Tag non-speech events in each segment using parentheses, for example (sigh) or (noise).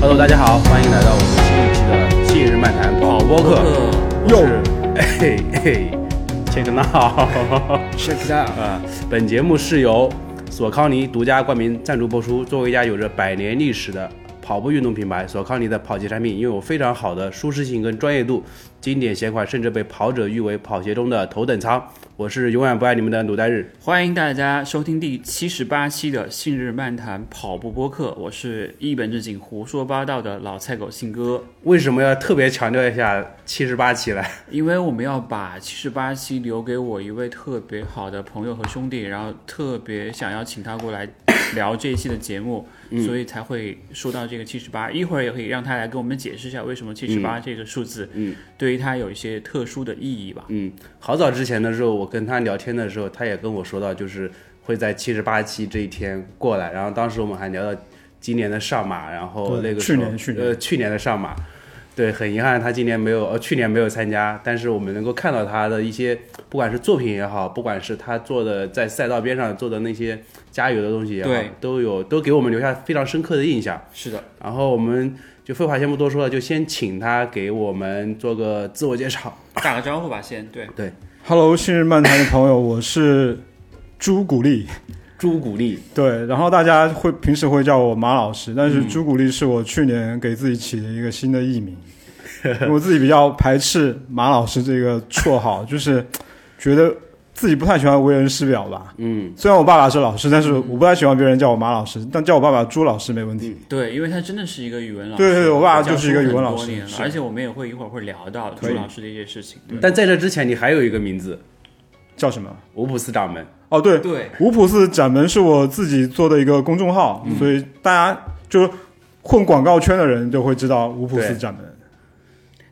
Hello，大家好，欢迎来到我们新一期的《近日漫谈跑哦哦播客》又是， (laughs) 嘿嘿，check it now， check it out， (laughs) 啊，本节目是由索康尼独家冠名赞助播出。作为一家有着百年历史的跑步运动品牌，索康尼的跑鞋产品拥有非常好的舒适性跟专业度，经典鞋款甚至被跑者誉为跑鞋中的头等舱。我是永远不爱你们的鲁代日，欢迎大家收听第七十八期的《信日漫谈跑步播客》，我是一本正经胡说八道的老菜狗信哥。为什么要特别强调一下七十八期来？因为我们要把七十八期留给我一位特别好的朋友和兄弟，然后特别想要请他过来聊这一期的节目，所以才会说到这个七十八。一会儿也可以让他来跟我们解释一下为什么七十八这个数字，嗯，对于他有一些特殊的意义吧。嗯，好早之前的时候，我跟他聊天的时候，他也跟我说到，就是会在七十八期这一天过来。然后当时我们还聊到今年的上马，然后对那个去时候年去呃去年的上马，对，很遗憾他今年没有，呃去年没有参加。但是我们能够看到他的一些，不管是作品也好，不管是他做的在赛道边上做的那些加油的东西也好对，都有都给我们留下非常深刻的印象。是的，然后我们就废话先不多说了，就先请他给我们做个自我介绍。打个招呼吧，先对。 Hello，信日漫谈的朋友，我是朱古力。朱古力，对，然后大家会平时会叫我马老师，但是朱古力是我去年给自己起的一个新的艺名。我自己比较排斥马老师这个绰号，就是觉得自己不太喜欢为人师表吧。嗯。虽然我爸爸是老师，但是我不太喜欢别人叫我马老师，但叫我爸爸朱老师没问题。对，因为他真的是一个语文老师，对对对我爸教就是一个书语文很老多师年了是而且我们也会一会儿会聊到朱可以老师的一些事情。对但在这之前，你还有一个名字叫什么？ ——五普斯掌门。哦，对，对，五普寺展门是我自己做的一个公众号，所以大家就是混广告圈的人就会知道五普寺展门。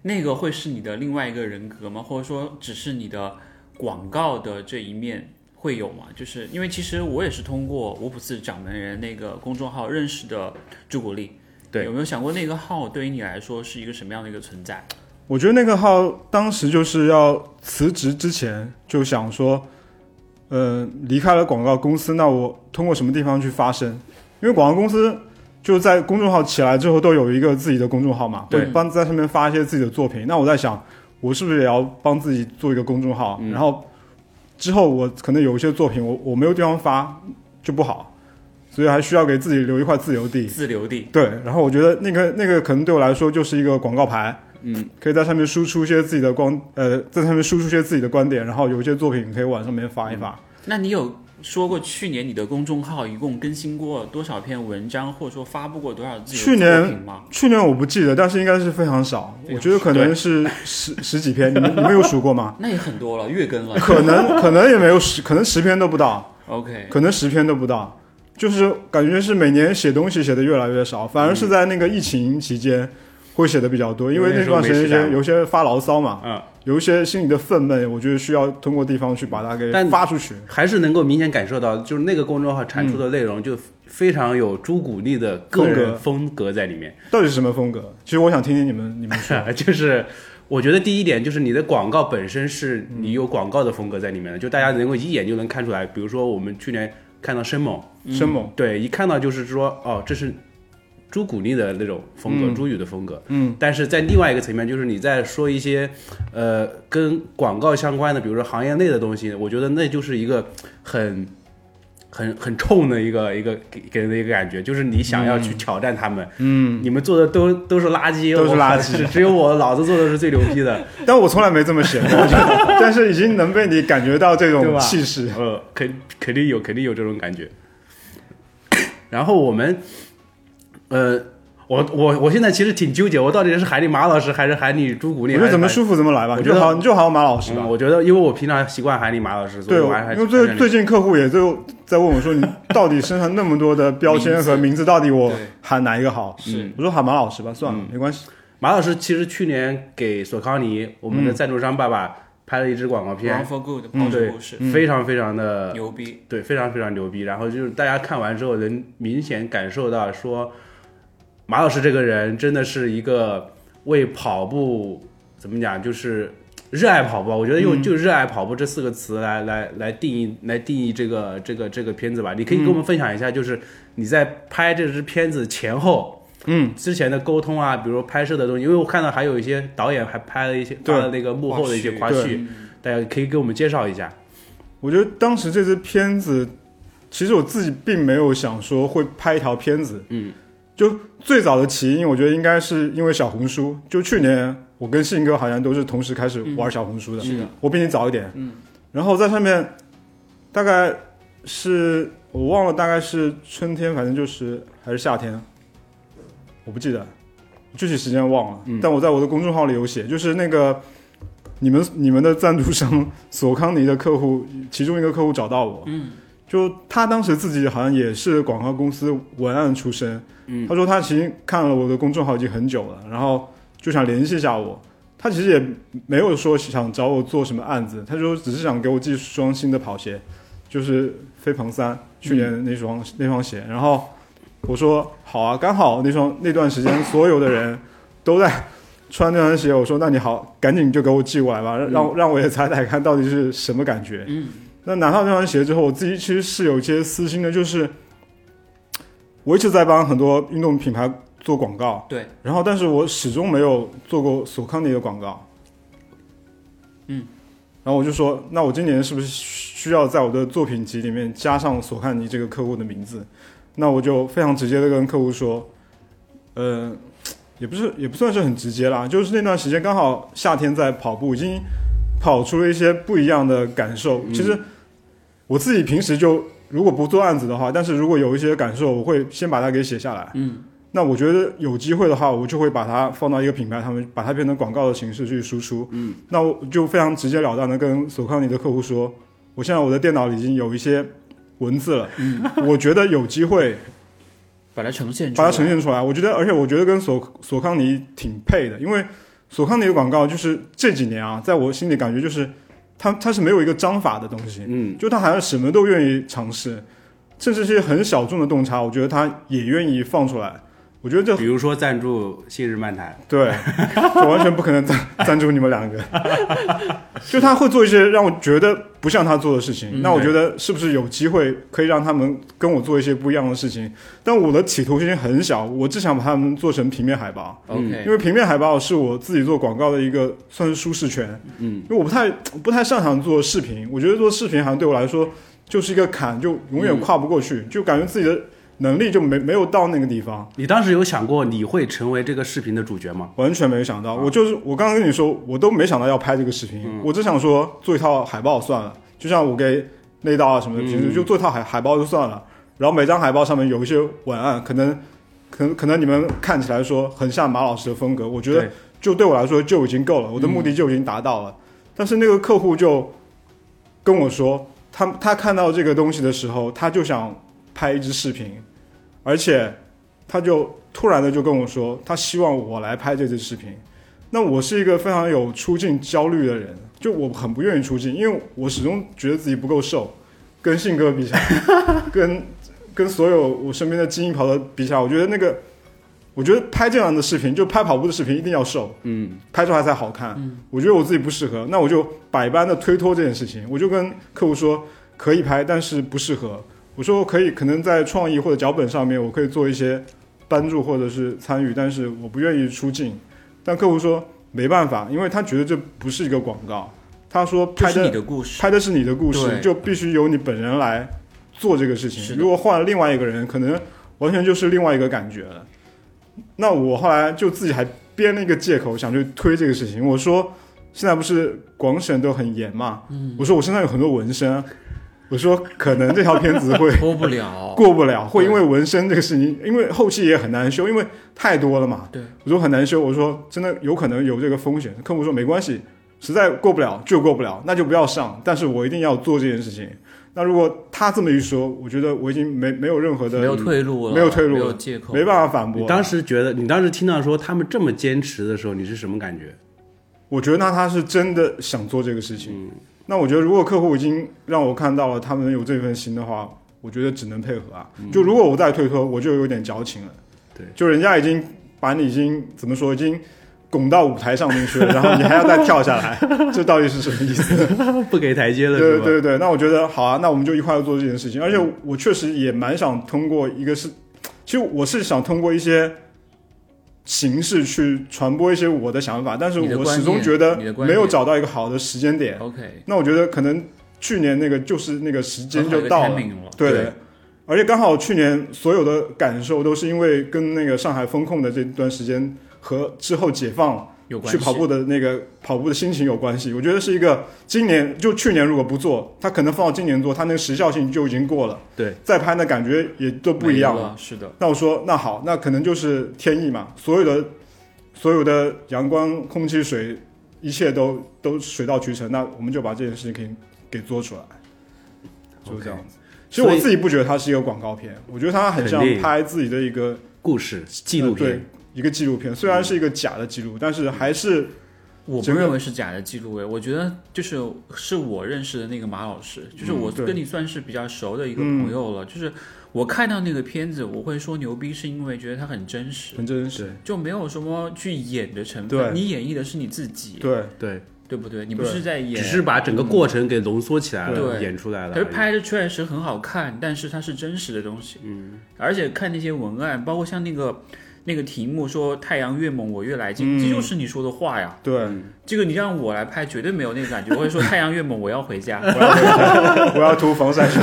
那个会是你的另外一个人格吗？或者说，只是你的广告的这一面会有吗？就是因为其实我也是通过五普寺掌门人那个公众号认识的朱古力。对有没有想过那个号对于你来说是一个什么样的一个存在？我觉得那个号当时就是要辞职之前就想说，呃，离开了广告公司，那我通过什么地方去发声？因为广告公司就在公众号起来之后，都有一个自己的公众号嘛，对会帮在上面发一些自己的作品。那我在想，我是不是也要帮自己做一个公众号？然后之后我可能有一些作品我，我没有地方发就不好，所以还需要给自己留一块自由地。自留地，对，然后我觉得那个那个可能对我来说就是一个广告牌，嗯，可以在上面输出一些自己的观，呃，在上面输出一些自己的观点，然后有一些作品可以往上面发一发。那你有说过去年你的公众号一共更新过多少篇文章，或者说发布过多少自由去年作品吗？去年我不记得，但是应该是非常少，非常？我觉得可能是十十几篇，你们你们有数过吗那也很多了，月更了。可能可能也没有十，可能十篇都不到， OK，可能十篇都不到，就是感觉是每年写东西写的越来越少，反而是在那个疫情期间会写的比较多，因为有点那段时说没间有时间些有些发牢骚嘛，嗯，有一些心里的愤懑，我觉得需要通过地方去把它给但发出去。还是能够明显感受到，就是那个公众号产出的内容就非常有朱古力的个人嗯风格在里面。到底是什么风格？其实我想听听你们你们说。 (laughs) 就是我觉得第一点就是你的广告本身是你有广告的风格在里面的，就大家能够一眼就能看出来。比如说我们去年看到生猛，生猛，对，一看到就是说哦，这是朱古力的那种风格，朱宇的风格。嗯，但是在另外一个层面，就是你在说一些呃跟广告相关的，比如说行业内的东西，我觉得那就是一个很。很很冲的一个一个给给人的一个感觉，就是你想要去挑战他们，嗯，你们做的都都是垃圾，都是我垃圾只只有我老子做的是最牛逼的，但我从来没这么写过， (laughs) 我觉得但是已经能被你感觉到这对种吧气势。呃，肯肯定有，肯定有这种感觉。 (coughs) 然后我们，呃，我我我现在其实挺纠结，我到底是喊你马老师还是喊你朱古我力？觉得怎么还是舒服怎么来吧，我你觉得就好你就好马老师喊嗯吧。我觉得，因为我平常习惯喊你马老师，所以对，我还还因为最还最近客户也就在问我说，你到底身上那么多的标签和名字，到底我对喊哪一个好？嗯是我说喊马老师吧，算了，没关系。马老师其实去年给索康尼我嗯们的赞助商爸爸拍了一支广告 r u n 片， for Good 跑者对故事，，嗯非常非常的牛呃逼。对，非常非常牛逼。然后就是大家看完之后，能明显感受到说，马老师这个人真的是一个为跑步怎么讲，就是热爱跑步，我觉得嗯用就“热爱跑步”这四个词来、来来定义来定义这个这个这个片子吧。你可以跟我嗯们分享一下，就是你在拍这支片子前后，嗯，之前的沟通啊，比如拍摄的东西，因为我看到还有一些导演还拍了一些对发了那个幕后的一些花花絮絮，大家可以给我们介绍一下。我觉得当时这支片子，其实我自己并没有想说会拍一条片子，嗯，就最早的起因，我觉得应该是因为小红书。就去年我跟信哥好像都是同时开始玩小红书的，是的，我比你早一点，嗯，然后在上面大概是我忘了，大概是春天，反正就是还是夏天，我不记得具体时间忘了，但我在我的公众号里有写，就是那个你们你们的赞助商索康尼的客户，其中一个客户找到我，嗯，就他当时自己好像也是广告公司文案出身，嗯，他说他其实看了我的公众号已经很久了，然后就想联系一下我。他其实也没有说想找我做什么案子，他说只是想给我寄双新的跑鞋，就是飞鹏三去年那双、那双鞋。然后我说好啊，刚好那双那段时间所有的人 (coughs) 都在穿那双鞋，我说那你好，赶紧就给我寄过来吧，让、让我也踩踩看到底是什么感觉。嗯，那拿到那双鞋之后，我自己其实是有一些私心的，就是我一直在帮很多运动品牌做广告，对，然后但是我始终没有做过索康尼的广告。嗯，然后我就说，那我今年是不是需要在我的作品集里面加上索康尼这个客户的名字？那我就非常直接的跟客户说，呃，也不是也不算是很直接啦，就是那段时间刚好夏天在跑步，已经跑出了一些不一样的感受。其实我自己平时就如果不做案子的话，但是如果有一些感受，我会先把它给写下来。嗯，那我觉得有机会的话，我就会把它放到一个品牌，他们把它变成广告的形式去输出。嗯，那我就非常直截了当的跟索康尼的客户说，我现在我的电脑里已经有一些文字了，嗯，我觉得有机会把它呈现出把来，它呈现出来。我觉得，而且我觉得跟索索康尼挺配的，因为索康尼的广告就是这几年啊，在我心里感觉就是它它是没有一个章法的东西，嗯，就他好像什么都愿意尝试，甚至是很小众的洞察，我觉得他也愿意放出来。我觉得这比如说赞助《信日漫谈对， (laughs) 就完全不可能赞赞助你们两个。就他会做一些让我觉得不像他做的事情，嗯那我觉得是不是有机会可以让他们跟我做一些不一样的事情？但我的企图心很小，我只想把他们做成平面海报， OK，因为平面海报是我自己做广告的一个算是舒适圈。嗯，因为我不太不太擅长做视频，我觉得做视频好像对我来说就是一个坎，就永远跨不过去，就感觉自己的能力就没没有到那个地方。》，你当时有想过你会成为这个视频的主角吗？完全没有想到，我就是我刚刚跟你说，我都没想到要拍这个视频，我只想说做一套海报算了，就像我给内道啊什么的，平时、就做一套海海报就算了。然后每张海报上面有一些文案，可能可能可能你们看起来说很像马老师的风格，我觉得对就对我来说就已经够了，我的目的就已经达到了。但是那个客户就跟我说，他他看到这个东西的时候，他就想拍一支视频，而且他就突然的就跟我说，他希望我来拍这支视频。那我是一个非常有出镜焦虑的人，就我很不愿意出镜，因为我始终觉得自己不够瘦，跟信哥比起来，跟 (laughs) 跟所有我身边的精英跑者比起来，我觉得那个，我觉得拍这样的视频，就拍跑步的视频一定要瘦，嗯，拍出来才好看。我觉得我自己不适合，那我就百般的推脱这件事情，我就跟客户说可以拍，但是不适合。我说可以，可能在创意或者脚本上面，我可以做一些帮助或者是参与，但是我不愿意出镜。但客户说没办法，因为他觉得这不是一个广告。他说这拍是的你的故事，拍的是你的故事对，就必须由你本人来做这个事是情。的如果换了另外一个人，可能完全就是另外一个感觉了。那我后来就自己还编了一个借口，想去推这个事情。我说现在不是广审都很严嘛，嗯我说我身上有很多纹身，我说可能这条片子会播不了， (laughs) 过不了，会因为纹身这个事情，因为后期也很难修，因为太多了嘛。对，我说很难修，我说真的有可能有这个风险。客户说没关系，实在过不了就过不了，那就不要上，但是我一定要做这件事情。那如果他这么一说，我觉得我已经没没有任何的没有退路了，没有退路没了有借口，没办法反你驳。当时觉得，你当时听到说他们这么坚持的时候，你是什么感觉？我觉得那他是真的想做这个事情。那我觉得如果客户已经让我看到了他们有这份心的话，我觉得只能配合啊。就如果我再推脱，我就有点矫情了。对，就人家已经把你已经怎么说，已经拱到舞台上面去了，然后你还要再跳下来，这到底是什么意思？不给台阶了是对吧？对对，那我觉得好啊，那我们就一块儿做这件事情。而且嗯我确实也蛮想通过一个是，其实我是想通过一些形式去传播一些我的想法，但是你的我观始终念觉得你的观没有念找到一个好的时间点。 OK，那我觉得可能去年那个就是那个时间就到刚好有了个，timing 了，对的。而且刚好去年所有的感受都是因为跟那个上海封控的这段时间和之后解放有关去系。跑步的那个跑步的心情有关系。我觉得是一个今年就去年如果不做，它可能放到今年做，它那个时效性就已经过了，对，再拍的感觉也都不一样没了。了，是的，那我说那好，那可能就是天意嘛，所有的所有的阳光、空气、水，一切都都水到渠成。那我们就把这件事情给给做出来，就是这样子。其实所我以自己不觉得它是一个广告片，我觉得它很像肯定拍自己的一个故事纪录呃对片，一个纪录片，虽然是一个假的记录，但是还是我不整个认为是假的记录诶，我觉得就是是我认识的那个马老师，就是嗯我对跟你算是比较熟的一个嗯朋友了。就是我看到那个片子，我会说牛逼，是因为觉得它很真实，很真实。就没有什么去演的成对分，你演绎的是你自己，对，对，对不对？你不对是在演，只是把整个过程给浓缩起来了，对演出来了可而是已。拍的确实很好看，但是它是真实的东西。嗯，而且看那些文案，包括像那个那个题目说“太阳越猛，我越来劲”，嗯这就是你说的话呀。对，嗯这个你让我来拍，绝对没有那 (laughs) 个感觉。我会说“太阳越猛，我要回家我要涂防我要涂防晒霜，”，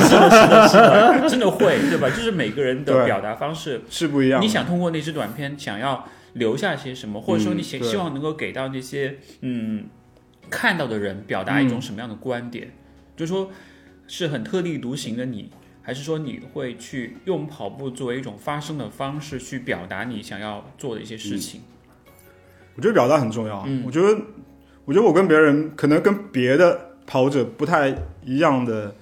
真的会，对吧？就是每个人的对表达方式，是不一样你的。想通过那支短片想要留下些什么，或者说你希嗯对希望能够给到那些嗯看到的人表达一种什么样的观点，就是说是很特立独行的你，还是说你会去用跑步作为一种发声的方式去表达你想要做的一些事情？我觉得表达很重要啊。我觉得，我觉得我跟别人可能跟别的跑者不太一样的，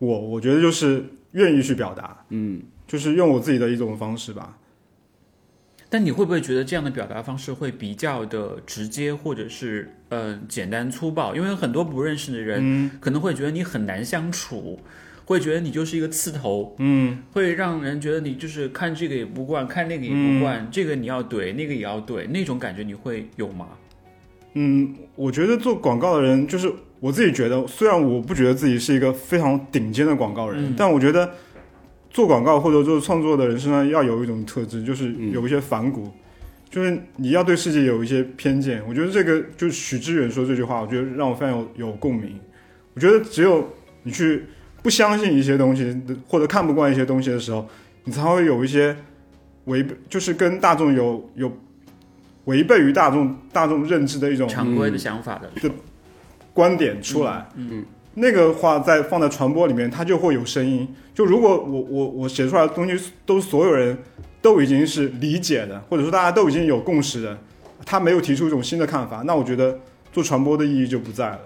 我我觉得就是愿意去表达，嗯，就是用我自己的一种方式吧。但你会不会觉得这样的表达方式会比较的直接，或者是呃简单粗暴？因为很多不认识的人、嗯可能会觉得你很难相处，会觉得你就是一个刺头，嗯，会让人觉得你就是看这个也不惯，看那个也不嗯惯，这个你要怼，那个也要怼，那种感觉你会有吗？嗯，我觉得做广告的人，就是我自己觉得，虽然我不觉得自己是一个非常顶尖的广告人，但我觉得做广告或者做创作的人身上要有一种特质，就是有一些反骨，就是你要对世界有一些偏见。我觉得这个就是许知远说这句话，我觉得让我非常有有共鸣。我觉得只有你去不相信一些东西的，或者看不惯一些东西的时候，你才会有一些违，就是跟大众有有违背于大众大众认知的一种嗯常规的想法的，观点出来，嗯，那个话在放在传播里面，它就会有声音。就如果我我我写出来的东西都是所有人都已经是理解的，或者说大家都已经有共识的，他没有提出一种新的看法，那我觉得做传播的意义就不在了。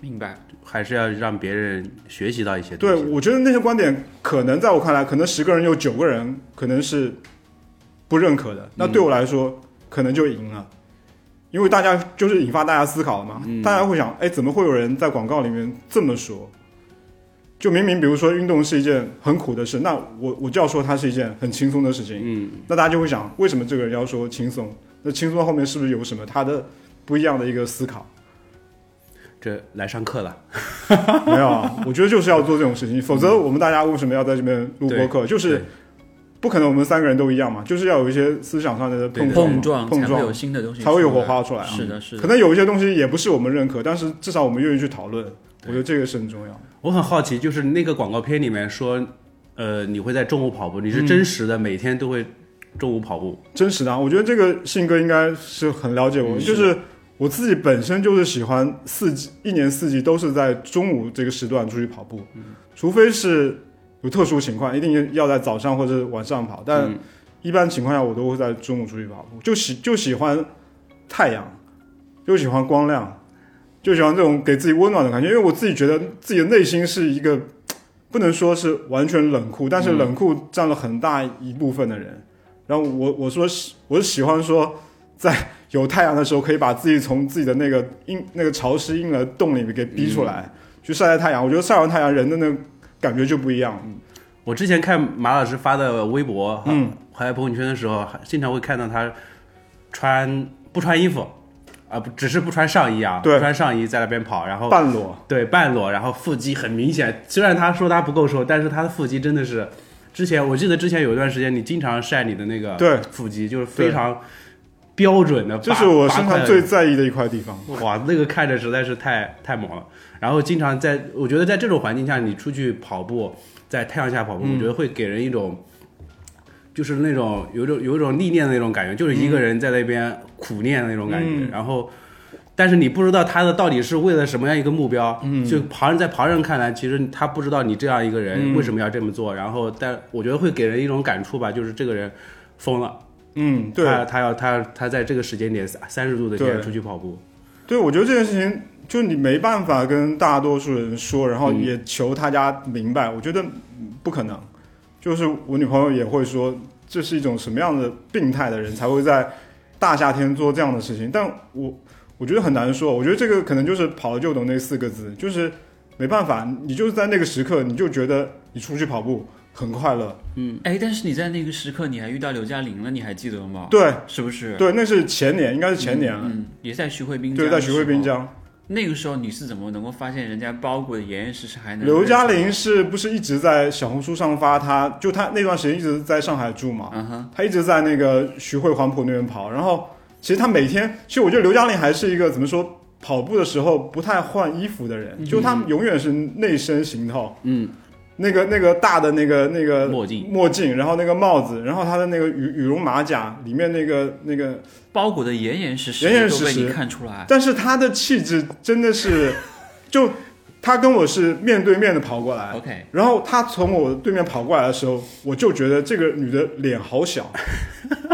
明白？还是要让别人学习到一些东对，西。我觉得那些观点可能在我看来，可能十个人有九个人可能是不认可的，那对我来说、嗯可能就赢了，因为大家就是引发大家思考了嘛，嗯大家会想，哎，怎么会有人在广告里面这么说？就明明比如说运动是一件很苦的事，那我我就要说它是一件很轻松的事情，嗯，那大家就会想，为什么这个人要说轻松？那轻松后面是不是有什么他的不一样的一个思考？这来上课了， (laughs) 没有啊，我觉得就是要做这种事情，嗯否则我们大家为什么要在这边录播客？就是对不可能我们三个人都一样嘛，就是要有一些思想上的对碰对碰撞嘛、撞碰才会撞有，新的东西，才会有火。花出来啊。是的，是的可。能有一些东西也不是我们认可，但是至少我们愿意去讨论，我觉得这个是很重要。我很好奇，就是那个广告片里面说，呃，你会在中午跑步，你是真实的，每天都会中午跑步，真实的啊，我觉得这个信哥应该是很了解我，就是我自己本身就是喜欢四季，一年四季都是在中午这个时段出去跑步，除非是有特殊情况，一定要在早上或者晚上跑，但一般情况下我都会在中午出去跑步，就喜就喜欢太阳，就喜欢光亮，就喜欢这种给自己温暖的感觉，因为我自己觉得自己的内心是一个。不能说是完全冷酷，但是冷酷占了很大一部分的人。然后我我说是我是喜欢说，在有太阳的时候，可以把自己从自己的那个阴那个潮湿阴冷的洞里面给逼出来，去晒晒太阳。我觉得晒完太阳，人的那个感觉就不一样。我之前看马老师发的微博，嗯，还有朋友圈的时候，还经常会看到他穿不穿衣服，啊，不只是不穿上衣啊，对不穿上衣在那边跑，然后半裸，对半裸，然后腹肌很明显。虽然他说他不够瘦，但是他的腹肌真的是，之前我记得之前有一段时间你经常晒你的那个对腹肌，就是非常标准的八，这是我身八块上的最在意的一块地方。哇，那个看着实在是太太猛了。然后经常在，我觉得在这种环境下，你出去跑步，在太阳下跑步，嗯我觉得会给人一种，就是那种有一种有一种历练的那种感觉，就是一个人在那边苦练的那种感觉。嗯然后，但是你不知道他的到底是为了什么样一个目标。嗯就旁人在旁人看来，其实他不知道你这样一个嗯人为什么要这么做。然后，但我觉得会给人一种感触吧，就是这个人疯了，嗯，对，他他要他他在这个时间点三十度的天对出去跑步。对，我觉得这件事情就你没办法跟大多数人说，然嗯后也求大家明白，我觉得不可能。就是我女朋友也会说，这是一种什么样的病态的人才会在大夏天做这样的事情，但我我觉得很难说。我觉得这个可能就是“跑了就懂”那四个字，就是没办法，你就是在那个时刻，你就觉得你出去跑步很快乐。哎，但是你在那个时刻你还遇到刘嘉玲了，你还记得吗？，对是不是？对，那是前年，应该是前年了。嗯，也在徐汇滨江。对，在徐汇滨江。江，那个时候你是怎么能够发现人家包裹的严严实实，还能刘嘉玲是不是一直在小红书上发她？就她那段时间一直在上海住嘛，嗯哼，她一直在那个徐汇黄浦那边跑。然后其实她每天，其实我觉得刘嘉玲还是一个怎么说，跑步的时候不太换衣服的人，就她永远是内身行头。嗯，那个那个大的那个那个墨镜墨镜，然后那个帽子，然后她的那个羽羽绒马甲里面那个那个包裹的严严实实，严严实实都被你看出来。但是他的气质真的是，就他跟我是面对面的跑过来 OK 然后他从我对面跑过来的时候，我就觉得这个女的脸 (laughs) 好小，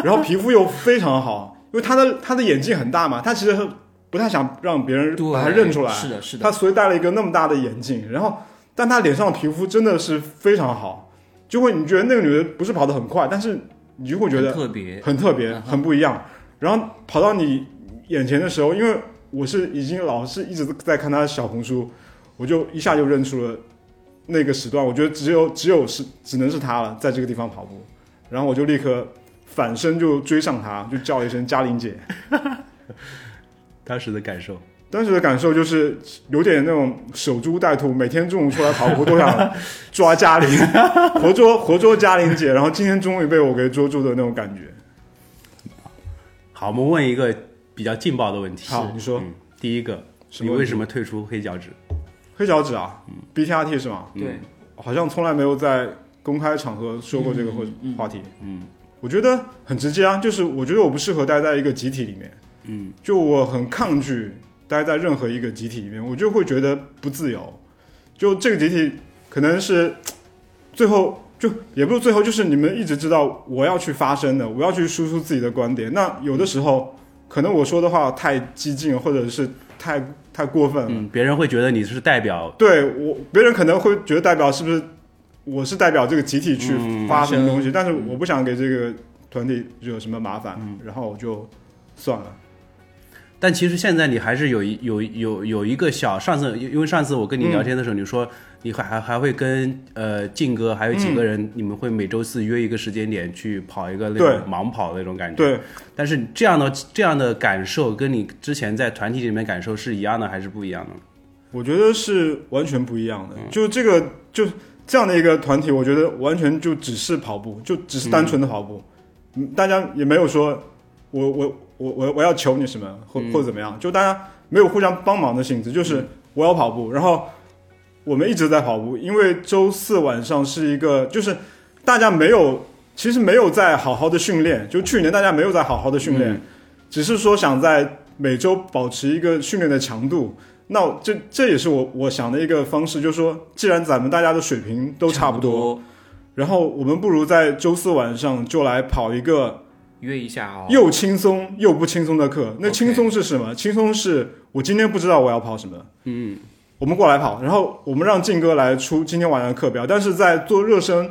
然后皮肤又非常好，因为她的她的眼睛很大嘛，她其实不太想让别人对，把她认出来，是的，是的她。所以戴了一个那么大的眼镜，然后但她脸上的皮肤真的是非常好，就会你觉得那个女的不是跑得很快，但是你就会觉得很特别，很特别，嗯哼很不一样。然后跑到你眼前的时候，因为我是已经老是一直在看他的小红书，我就一下就认出了那个时段。我觉得只有只有是只能是他了，在这个地方跑步。然后我就立刻反身就追上他，就叫了一声嘉玲姐。当时的感受。当时的感受就是有点那种守株待兔，每天中午出来跑步都想抓嘉玲， (laughs) 活捉活捉嘉玲姐，然后今天终于被我给捉住的那种感觉。好，我们问一个比较劲爆的问题。好，你说、嗯，第一个，什你么为什么退出黑脚趾？黑脚趾啊，BTRT 嗯是吗？对，好像从来没有在公开场合说过这个话话题。嗯我觉得很直接啊，就是我觉得我不适合待在一个集体里面，嗯，就我很抗拒待在任何一个集体里面，我就会觉得不自由。就这个集体可能是最后就也不是最后，就是你们一直知道我要去发声的，我要去输出自己的观点。那有的时候可能我说的话太激进，或者是太太过分了，嗯，别人会觉得你是代表，对我，别人可能会觉得代表是不是我是代表这个集体去发什么东西，但是我不想给这个团体惹什么麻烦，然后我就算了。但其实现在你还是有一有有有一个小上次，因因为上次我跟你聊天的时候，你说你还还还会跟呃靖哥还有几个人，你们会每周四约一个时间点去跑一个那嗯对种盲跑的那种感觉。。对，但是这样的这样的感受跟你之前在团体里面感受是一样的还是不一样的？我觉得是完全不一样的。就这个就这样的一个团体，我觉得完全就只是跑步，就只是单纯的跑步，嗯，大家也没有说我我我我我要求你什么或、或者怎么样，就大家没有互相帮忙的性质，就是我要跑步，然后我们一直在跑步，因为周四晚上是一个就是大家没有。其实没有在好好的训练，就去年大家没有在好好的训练，只是说想在每周保持一个训练的强度，那我这这也是我我想的一个方式，就是说，既然咱们大家的水平都差不不多，，然后我们不如在周四晚上就来跑一个约一下哦。又轻松又不轻松的课。那 OK 轻松是什么轻松是我今天不知道我要跑什么，嗯，我们过来跑，然后我们让静哥来出今天晚上的课表，但是在做热身。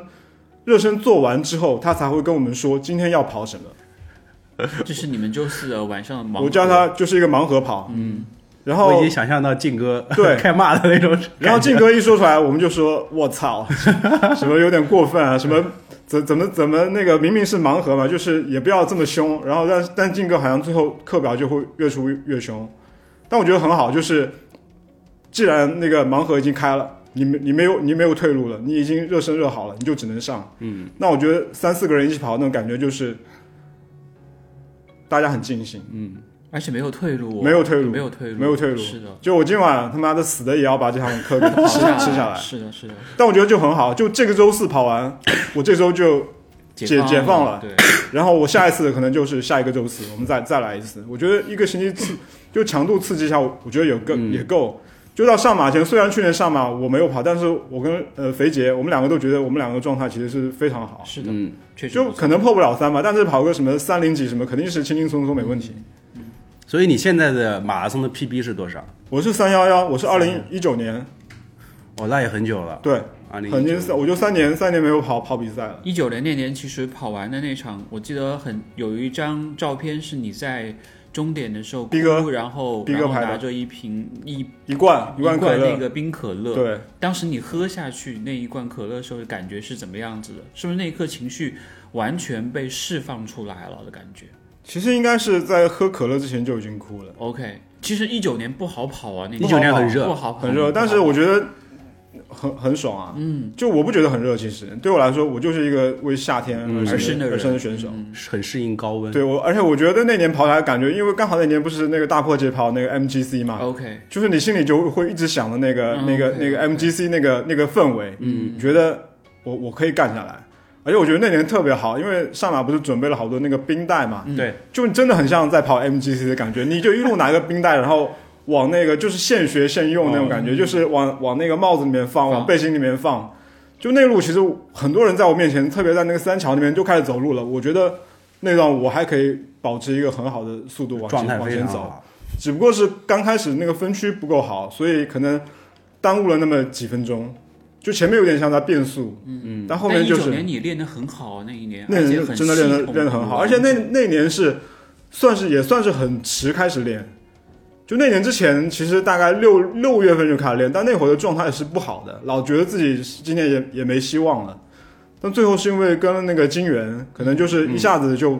热身做完之后，他才会跟我们说今天要跑什么。这是你们周四的晚上的忙。我叫他就是一个盲盒跑，嗯，然后我已经想象到靖哥 (laughs) 对开骂的那种感觉，然后靖哥一说出来，我们就说我操，什么有点过分啊，什么怎怎么怎么那个明明是盲盒嘛，就是也不要这么凶。然后但但靖哥好像最后课表就会越出越凶，但我觉得很好，就是既然那个盲盒已经开了。你没你没有你没有退路了，你已经热身热好了，你就只能上。嗯，那我觉得三四个人一起跑那种感觉就是，大家很尽兴。而且没有退路哦，没有退路没有退路，没有退路是的，就我今晚他妈的死的也要把这堂 (laughs) 课给吃下吃下来。是的，是的，但我觉得就很好，就这个周四跑完， (coughs) 我这周就，解解放了对，然后我下一次可能就是下一个周四，我们再再来一次。我觉得一个星期刺就强度刺激一下，我我觉得有够、嗯也够。就到上马前，虽然去年上马我没有跑，但是我跟呃肥杰，我们两个都觉得我们两个状态其实是非常好，是的，嗯，确实就不错可能破不了三吧，但是跑个什么三零几什么肯定是轻轻松松没问题。嗯所以你现在的马拉松的 PB 是多少？我是三幺幺，我是二零一九年，哦，那也很久了，对，二零肯一定是我就三年三年没有跑跑比赛了。一九年那年，其实跑完的那场，我记得很有一张照片是你在终点的时候逼哥哭，然后逼哥然后拍的拿着一瓶一一罐一罐可那乐，个冰可乐，对，当时你喝下去那一罐可乐的时候，感觉是怎么样子的？是不是那一刻情绪完全被释放出来了的感觉其实应该是在喝可乐之前就已经哭了， ？OK，其实一九年不好跑啊，那19年很热不哦好跑，很热，但是我觉得很很爽啊。嗯，就我不觉得很热，其实对我来说，我就是一个为夏天嗯而而生的的人嗯而生的选手。很适应高温。对我，而且我觉得那年跑下来感觉，因为刚好那年不是那个大破节跑那个 MGC 嘛， OK，就是你心里就会一直想的那个、嗯那个、 OK，那个 MGC 那个那个氛围，嗯，觉得我我可以干下来。而且我觉得那年特别好，因为上马不是准备了好多那个冰袋嘛，对，就真的很像在跑 MGC 的感觉，你就一路拿个冰袋，然后往那个就是现学现用那种哦感觉，就是往往那个帽子里面放，放往背心里面放。就那路其实很多人在我面前，特别在那个三桥那边就开始走路了。我觉得那段我还可以保持一个很好的速度往状前态往非前常走，好。只不过是刚开始那个分区不够好，所以可能耽误了那么几分钟。就前面有点像在变速，嗯，但后面就一九是年你练得很好啊，那一年，那而且年很真的练系得统练得很好，而且那那年是算是也算是很迟开始练，就那年之前其实大概六六月份就开始练，但那会儿的状态是不好的，老觉得自己今年也也没希望了。但最后是因为跟那个金元，可能嗯就是一下子就、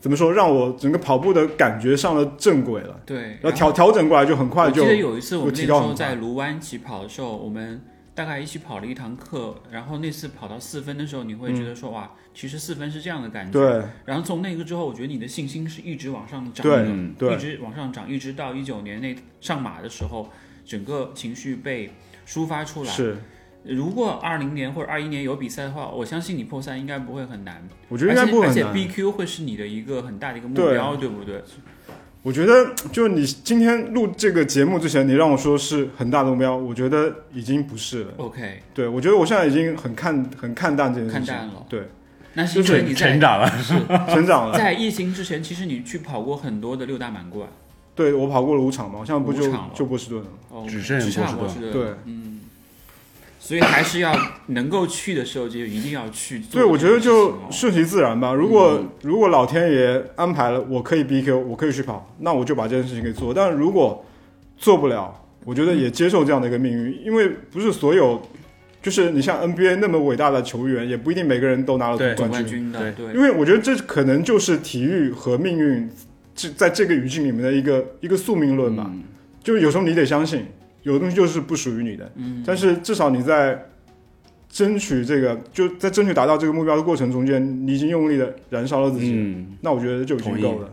怎么说，让我整个跑步的感觉上了正轨了，对，然后调调整过来就很快就我记得有一次我们就那个提时高很候快在卢湾一起跑的时候，我们大概一起跑了一堂课，然后那次跑到四分的时候，你会觉得说、哇，其实四分是这样的感觉。嗯对然后从那个之后，我觉得你的信心是一直往上涨的，对对一直往上涨，一直到一九年那上马的时候，整个情绪被抒发出来。是，如果二零年或者二一年有比赛的话，我相信你破三应该不会很难。我觉得应该不会而很且而难且。BQ 会是你的一个很大的一个目对标，对不对？我觉得，就你今天录这个节目之前，你让我说是很大的目标，我觉得已经不是了。 OK，对，我觉得我现在已经很看很看淡这件事看情，淡了。对，那是因为你在成长了，成 (laughs) 长了。在疫情之前，其实你去跑过很多的六大满贯，对我跑过了五场嘛，我现在不就五场了就波士顿了吗？哦，只剩只剩波波士士顿，对，嗯，所以还是要能够去的时候就一定要去做对，我觉得就这个事情哦顺其自然吧。如果、嗯如果老天爷安排了，我可以 BQ，我可以去跑，那我就把这件事情给做。但如果做不了，我觉得也接受这样的一个命运，因为不是所有，就是你像 NBA 那么伟大的球员，也不一定每个人都拿了对冠总冠军。军的，对因为我觉得这可能就是体育和命运这在这个语境里面的一个一个宿命论吧。就有时候你得相信，有的东西就是不属于你的。嗯，但是至少你在争取这个，就在争取达到这个目标的过程中间，你已经用力的燃烧了自己了。嗯。那我觉得就已经同意够了。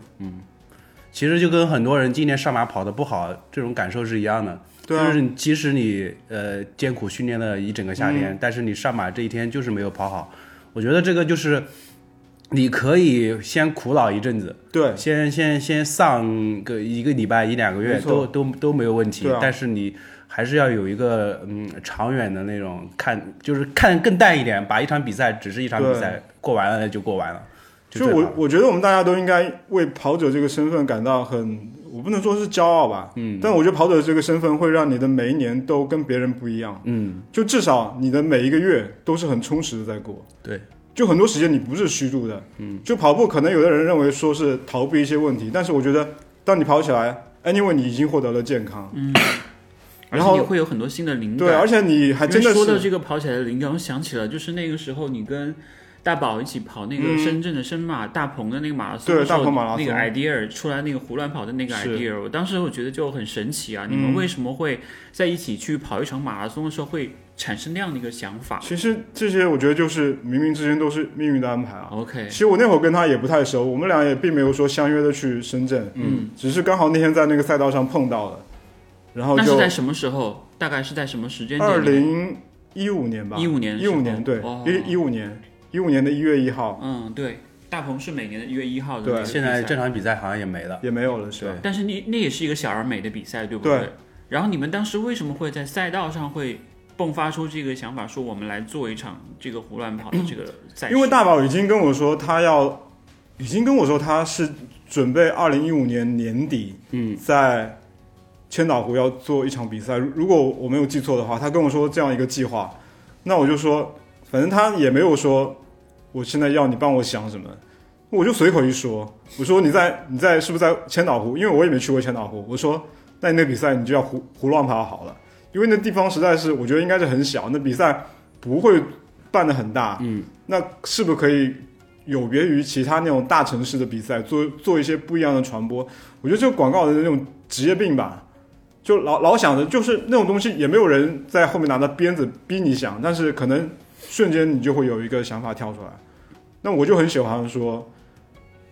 其实就跟很多人今年上马跑的不好这种感受是一样的，对啊就，是你即使你呃艰苦训练了一整个夏嗯天，但是你上马这一天就是没有跑好。我觉得这个就是你可以先苦恼一阵子，对，先先先上个一个礼拜一两个月没错都都都没有问题，对啊但是你还是要有一个嗯长远的那种看，就是看更淡一点，把一场比赛只是一场比赛过完了就过完了，就最好我了我觉得我们大家都应该为跑者这个身份感到很，我不能说是骄傲吧，嗯，但我觉得跑者这个身份会让你的每一年都跟别人不一样，嗯，就至少你的每一个月都是很充实的在过，对，就很多时间你不是虚度的，嗯，就跑步可能有的人认为说是逃避一些问题，但是我觉得当你跑起来， anyway 你已经获得了健康，而然且后你会有很多新的灵感。对，而且你还啊因为真的说是到这个跑起来的灵感，我想起了，就是那个时候你跟大宝一起跑那个深圳的深马、大鹏的那个马拉松嗯对的时候，大鹏马拉松那个 idea 出来那个胡乱跑的那个是嗯 idea，我当时我觉得就很神奇啊！你们为什么会在一起去跑一场马拉松的时候会产生那样的一个想法其实这些我觉得就是冥冥之间都是命运的安排啊。 ？OK，其实我那会儿跟他也不太熟，我们俩也并没有说相约的去深圳，嗯，只是刚好那天在那个赛道上碰到了，然后那是就在什么时候？大概是在什么时间二点里面？零一五年吧，一五年的一时候，五年对哦，一一五年一五年的一月一号嗯，对，大鹏是每年的一月一号的那对个现在比赛这场比赛好像也没了。也没有了，是吧？但是那那也是一个小而美的比赛，对不对然后你们当时为什么会在赛道上会迸发出这个想法，说我们来做一场这个胡乱跑的 (clears throat) 这个赛事？因为大宝已经跟我说他要，已经跟我说他是准备二零一五年年底，嗯，在千岛湖要做一场比赛。如如果我没有记错的话，他跟我说这样一个计划，那我就说，反正他也没有说我现在要你帮我想什么，我就随口一说，我说你在你在是不是在千岛湖？因为我也没去过千岛湖，我说那你那比赛你就要胡胡乱跑好了，因为那地方实在是我觉得应该是很小，那比赛不会办的很大，嗯，那是不是可以有别于其他那种大城市的比赛，做做一些不一样的传播？我觉得这个广告人的那种职业病吧，就老老想着就是那种东西，也没有人在后面拿着鞭子逼你想，但是可能瞬间你就会有一个想法跳出来。那我就很喜欢说，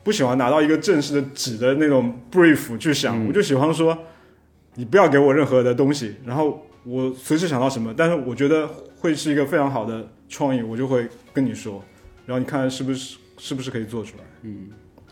不喜欢拿到一个正式的纸的那种 brief 去想，我就喜欢说，你不要给我任何的东西，然后我随时想到什么，但是我觉得会是一个非常好的创意，我就会跟你说，然后你看是不是是不是可以做出来？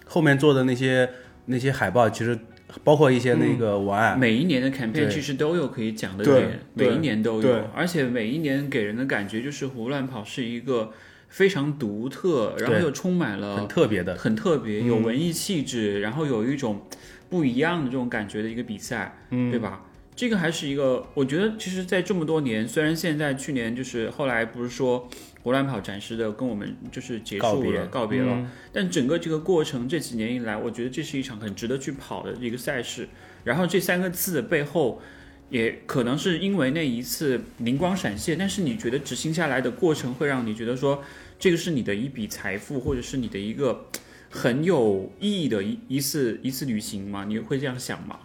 后面做的那些那些海报，其实包括一些那个文案，每一年的 campaign 对其实都有可以讲的对点，每对一年都对有，而且每一年给人的感觉就是胡乱跑是一个非常独特，然后对又充满嗯了很特别的。嗯很特别，有文艺气质，然后有一种不一样的这种感觉的一个比赛，嗯，对吧？这个还是一个，我觉得其实，在这么多年，虽然现在去年就是后来不是说胡乱跑展示的跟我们就是结告束别了告别嗯了，但整个这个过程这几年以来，我觉得这是一场很值得去跑的一个赛事。然后这三个字的背后，也可能是因为那一次灵光闪现，但是你觉得执行下来的过程会让你觉得说，这个是你的一笔财富，或者是你的一个很有意义的一一次一次旅行吗？你会这样想吗？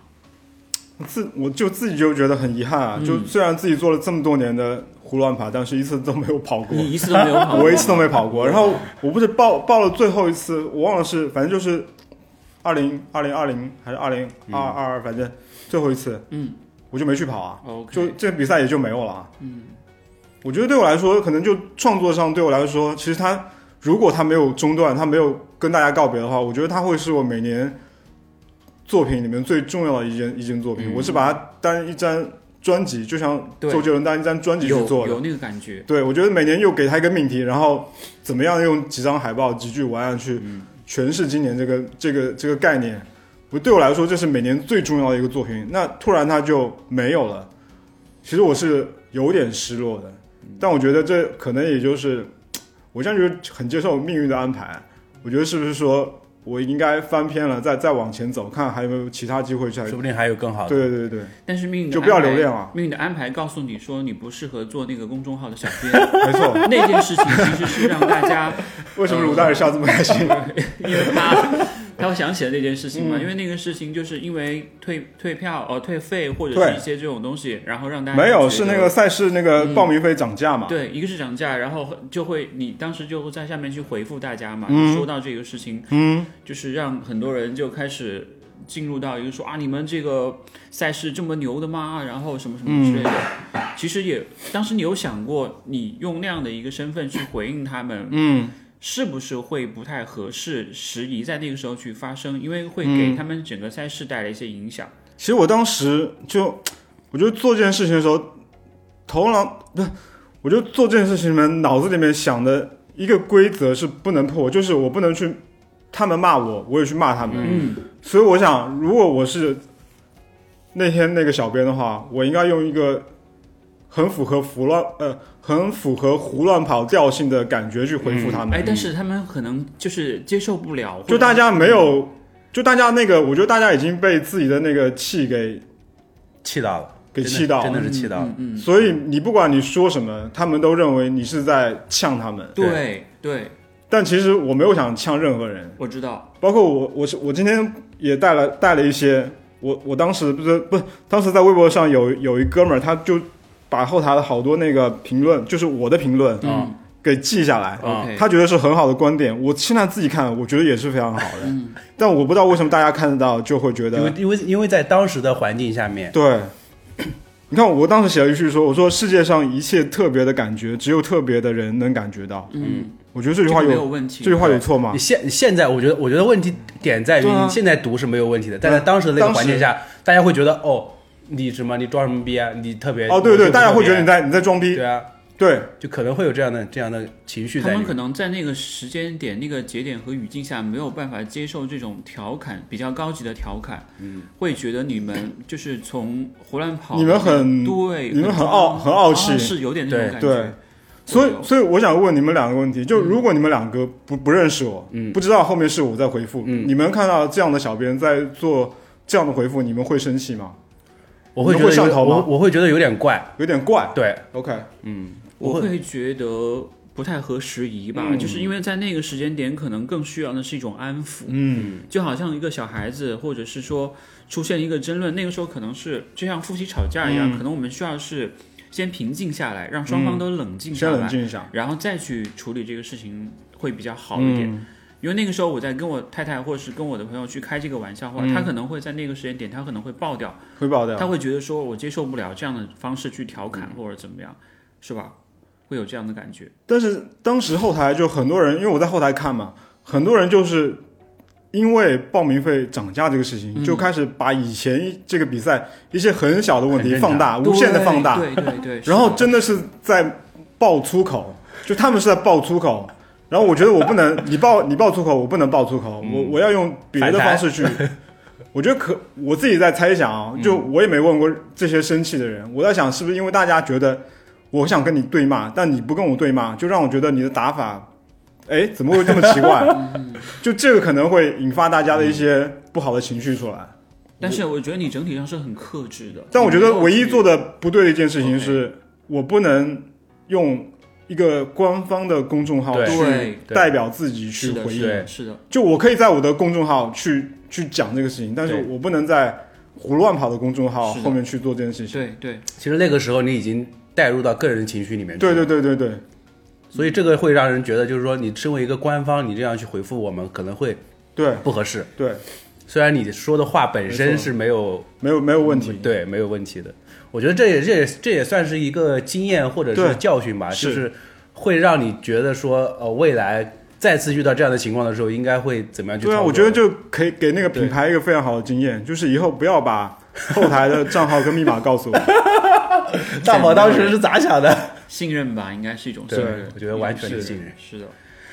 自我就自己就觉得很遗憾啊，就虽然自己做了这么多年的胡乱爬，但是一次都没有跑过。你一次都没有跑过，我一次都没跑过。然后我不是报报了最后一次，我忘了是，反正就是二零二零二零还是二零二二，反正最后一次，嗯，我就没去跑啊， OK，就这比赛也就没有了啊。嗯，我觉得对我来说，可能就创作上对我来说，其实它如果它没有中断，它没有跟大家告别的话，我觉得它会是我每年作品里面最重要的一件一件作品。我是把它当一张专辑，就像嗯对周杰伦当一张专辑去有做的。有那个感觉，对，我觉得每年又给他一个命题，然后怎么样用几张海报、几句文案去嗯诠释今年这个这个这个概念。我对我来说，这是每年最重要的一个作品。那突然它就没有了，其实我是有点失落的。嗯但我觉得这可能也就是，我这样觉得很接受命运的安排。我觉得是不是说我应该翻篇了，再再往前走，看还有没有其他机会去？说不定还有更好的。对对对对，但是命运的就不要安排留恋了。命运的安排告诉你说，你不适合做那个公众号的小编， (laughs) 没 (laughs) 错。那件事情其实是让大家，为什么鲁大人笑这么开 (laughs) 心？因为他 (laughs) 他会想起来那件事情嗯嘛，因为那个事情就是因为退退票呃退费或者对是一些这种东西，然后让大家没有，觉是得那个赛事那个嗯报名费涨价嘛？对，一个是涨价，然后就会你当时就会在下面去回复大家嘛，说到这个事情，嗯，就是让很多人就开始进入到一个说啊，你们这个赛事这么牛的吗？然后什么什么之类的。其实也，当时你有想过，你用那样的一个身份去回应他们，嗯。是不是会不太合适、时宜在那个时候去发生？因为会给他们整个赛事带来一些影响。其实我当时就，我觉得做这件事情的时候，头脑不是，我就做这件事情里面脑子里面想的一个规则是不能破，就是我不能去他们骂我，我也去骂他们。嗯，所以我想，如果我是那天那个小编的话，我应该用一个很符合胡乱呃很符合胡乱跑调性的感觉去回复他们。嗯哎哎，但是他们可能就是接受不了，或就者大家没有就大家那个，我觉得大家已经被自己的那个气给，气到了，给真的气到真的是气到了。嗯，所以你不管你说什么，他们都认为你是在呛他们。对对，但其实我没有想呛任何人，我知道，包括我，我是我今天也带了带了一些，我我当时不是不，当时在微博上有有一哥们儿，他就把后台的好多那个评论，就是我的评论嗯哦给记下来，啊，OK，他觉得是很好的观点，我现在自己看，我觉得也是非常好的，但我不知道为什么大家看得到就会觉因为得因为因为在当时的环境下面，对。 (clears throat) 你看，我当时写了一句说：“我说世界上一切特别的感觉，只有特别的人能感觉到。嗯，”我觉得这句话个有没有问题，这句话有错吗你？现现在我觉得我觉得问题点在于对啊嗯你现在读是没有问题的，但在当时的那个环境下，大家会觉得哦，你什么你装什么逼啊，你特别哦，对对，你就不大家会觉得特你在你在装别逼，对啊，对，就可能会有这样的这样的情绪他在里们面。可能在那个时间点、那个节点和语境下没有办法接受这种调侃，比较高级的调侃，嗯，会觉得你们就是从胡乱跑，你们很对，你们很装傲很傲气啊是有点那种感觉，对，所以，所以我想问你们两个问题，就如果你们两个不不认识我，不知道后面是我在回复，你们看到这样的小编在做这样的回复，你们会生气吗？我会觉你会得上有头吗我我会觉得有点怪，有点怪。对， OK，我我会会觉得不太合时宜吧，嗯就是因为在那个时间点，可能更需要的是一种安抚，嗯，就好像一个小孩子，或者是说出现一个争论，那个时候可能是就像夫妻吵架一样，嗯可能我们需要是先平静下来，让双方都冷静下先来，冷静一下。然后再去处理这个事情会比较好一点。嗯因为那个时候我在跟我太太或者是跟我的朋友去开这个玩笑话，嗯他可能会在那个时间点，他可能会爆掉，汇报掉。他会觉得说我接受不了这样的方式去调嗯侃或者怎么样，是吧？会有这样的感觉。但是当时后台就很多人，因为我在后台看嘛，很多人就是因为报名费涨价这个事情，就开始把以前这个比赛一些很小的问很题正常放大，啊无限的放大。对对对。然后是真的是在爆粗口，就他们是在爆粗口。然后我觉得我 (laughs) 不能，你爆你爆粗口，我不能爆粗口，嗯我我要用别的方式去。 (laughs) 我觉得可我自己在猜想嗯啊，就我也没问过这些生气的人，我在想是不是因为大家觉得我想跟你对骂，但你不跟我对骂，就让我觉得你的打法，哎，怎么会这么 (laughs) 奇怪？就这个可能会引发大家的一些不好的情绪出来。但是我觉得你整体上是很克制的。但我觉得唯一做的的不对的一件事情是，我不能用一个官方的公众号对去对代表自己去是的，回是应应。的，是的，就我可以在我的公众号去去讲这个事情，但是对我不能在胡乱跑的公众号是的后面去做这件事情。对对。其实那个时候你已经带入到个人情绪里面去，对对，对对对，所以这个会让人觉得就是说，你身为一个官方，你这样去回复我们可能会对不合适。对，虽然你说的话本没身错是没有没有没有问嗯题。对没有问题的，我觉得这也这也这也算是一个经验或者对是教训吧，是就是会让你觉得说，呃，未来再次遇到这样的情况的时候，应该会怎么嗯样去操对作？啊，我觉得就可以给那个品牌一个非常好的经验，就是以后不要把后台的账号跟密码告诉 (laughs) 我。大宝当时是咋想 (laughs) 的？信任吧，应该是一种对信任。我觉得完全是是信任是的，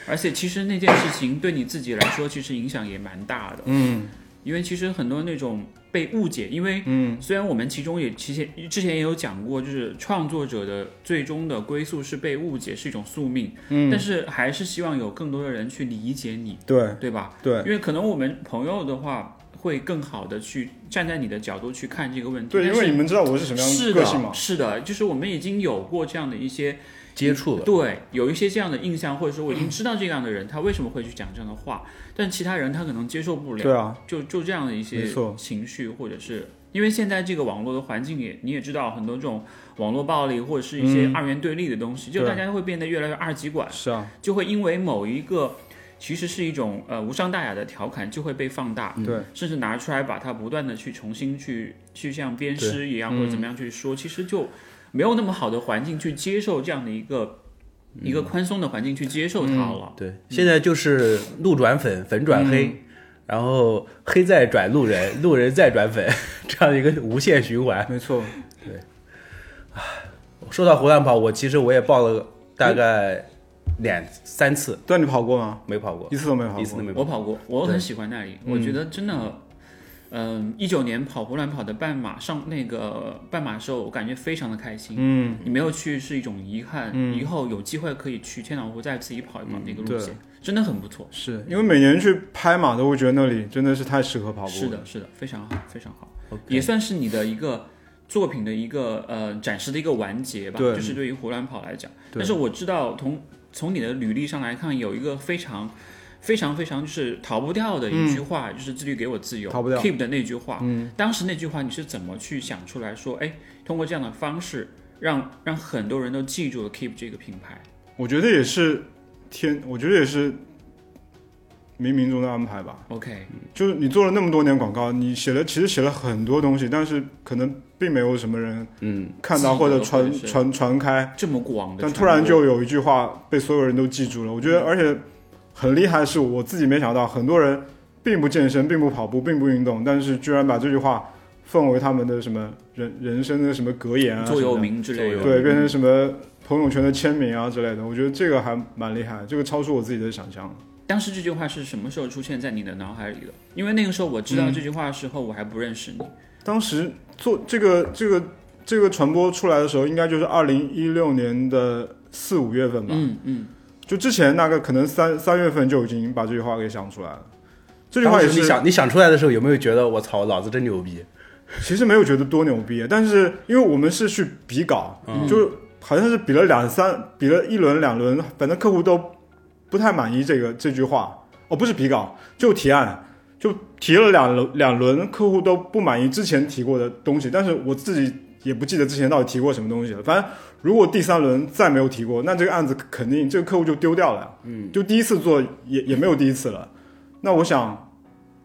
而且其实那件事情对你自己来说，其实影响也蛮大的。嗯因为其实很多那种被误解，因为嗯，虽然我们其中也其实之前也有讲过，就是创作者的最终的归宿是被误解，是一种宿命。嗯，但是还是希望有更多的人去理解你，对对吧？对因为可能我们朋友的话，会更好的去站在你的角度去看这个问题。对，但因是为你们知道我是什么样是个性嘛的，。是的，就是我们已经有过这样的一些接触了，对，有一些这样的印象，或者说我已经知道这样的嗯人，他为什么会去讲这样的话，但其他人他可能接受不了。对啊，就就这样的一些没错情绪，或者是因为现在这个网络的环境也你也知道，很多这种网络暴力或者是一些二元对立的东西，就嗯对大家会变得越来越二极管，是啊，就会因为某一个其实是一种呃无伤大雅的调侃，就会被放大。嗯对。甚至拿出来把它不断的去重新去去像编诗一样嗯或者怎么样去说，其实就没有那么好的环境去接受这样的一个、嗯一个宽松的环境去接受它了。对，现在就是路转粉，粉转黑，嗯然后黑再转路人，路人再转粉，这样一个无限循环。没错，说到胡乱跑，我其实我也报了大概两三次，对，你跑过吗？没跑过，一次都没跑过。一次都没跑过。我跑过，我很喜欢那里，我觉得真的嗯，一九年跑博兰跑的半马上那个半马的时候，我感觉非常的开心。嗯，你没有去是一种遗憾，以后有机会可以去千岛湖再自己跑一跑那个路嗯对线，真的很不错。是因为每年去拍马都会觉得那里真的是太适合跑步了。是的，是的，非常好，非常好也算是你的一个作品的一个呃展示的一个完结吧，对就是对于胡乱跑来讲。对但是我知道从从你的履历上来看，有一个非常。非常非常就是逃不掉的一句话，就是自律给我自由，嗯逃不掉 Keep 的那句话，嗯，当时那句话你是怎么去想出来说，哎，通过这样的方式让让很多人都记住了 Keep 这个品牌，我觉得也是天，我觉得也是冥冥中的安排吧。 OK，就是你做了那么多年广告，你写了其实写了很多东西，但是可能并没有什么人嗯，看到或记者得传或者是传传开，这么广的传播，但嗯突然就有一句话被所有人都记住了。我觉得，而且很厉害的是我自己没想到，很多人并不健身，并不跑步，并不运动，但是居然把这句话奉为他们的什么人人生的什么格言啊，座右什么的铭之类的，对，变成什么朋友圈的签名啊之类的。我觉得这个还蛮厉害，这个超出我自己的想象了。当时这句话是什么时候出现在你的脑海里的？因为那个时候我知道这句话的时候，我还不认识你。当时做这个这个这个传播出来的时候，应该就是二零一六年的四五月份吧。嗯嗯，就之前那个可能三三月份就已经把这句话给想出来了。这句话也当时你是，想你想出来的时候，有没有觉得我操，老子真牛逼？其实没有觉得多牛逼，啊但是因为我们是去比稿，嗯就好像是比了两三，比了一轮两轮，反正客户都不太满意这个这句话。哦，不是比稿，就提案，就提了两轮两轮，客户都不满意之前提过的东西，但是我自己也不记得之前到底提过什么东西了。反正如果第三轮再没有提过，那这个案子肯定这个客户就丢掉了呀。嗯，就第一次做也也没有第一次了。那我想，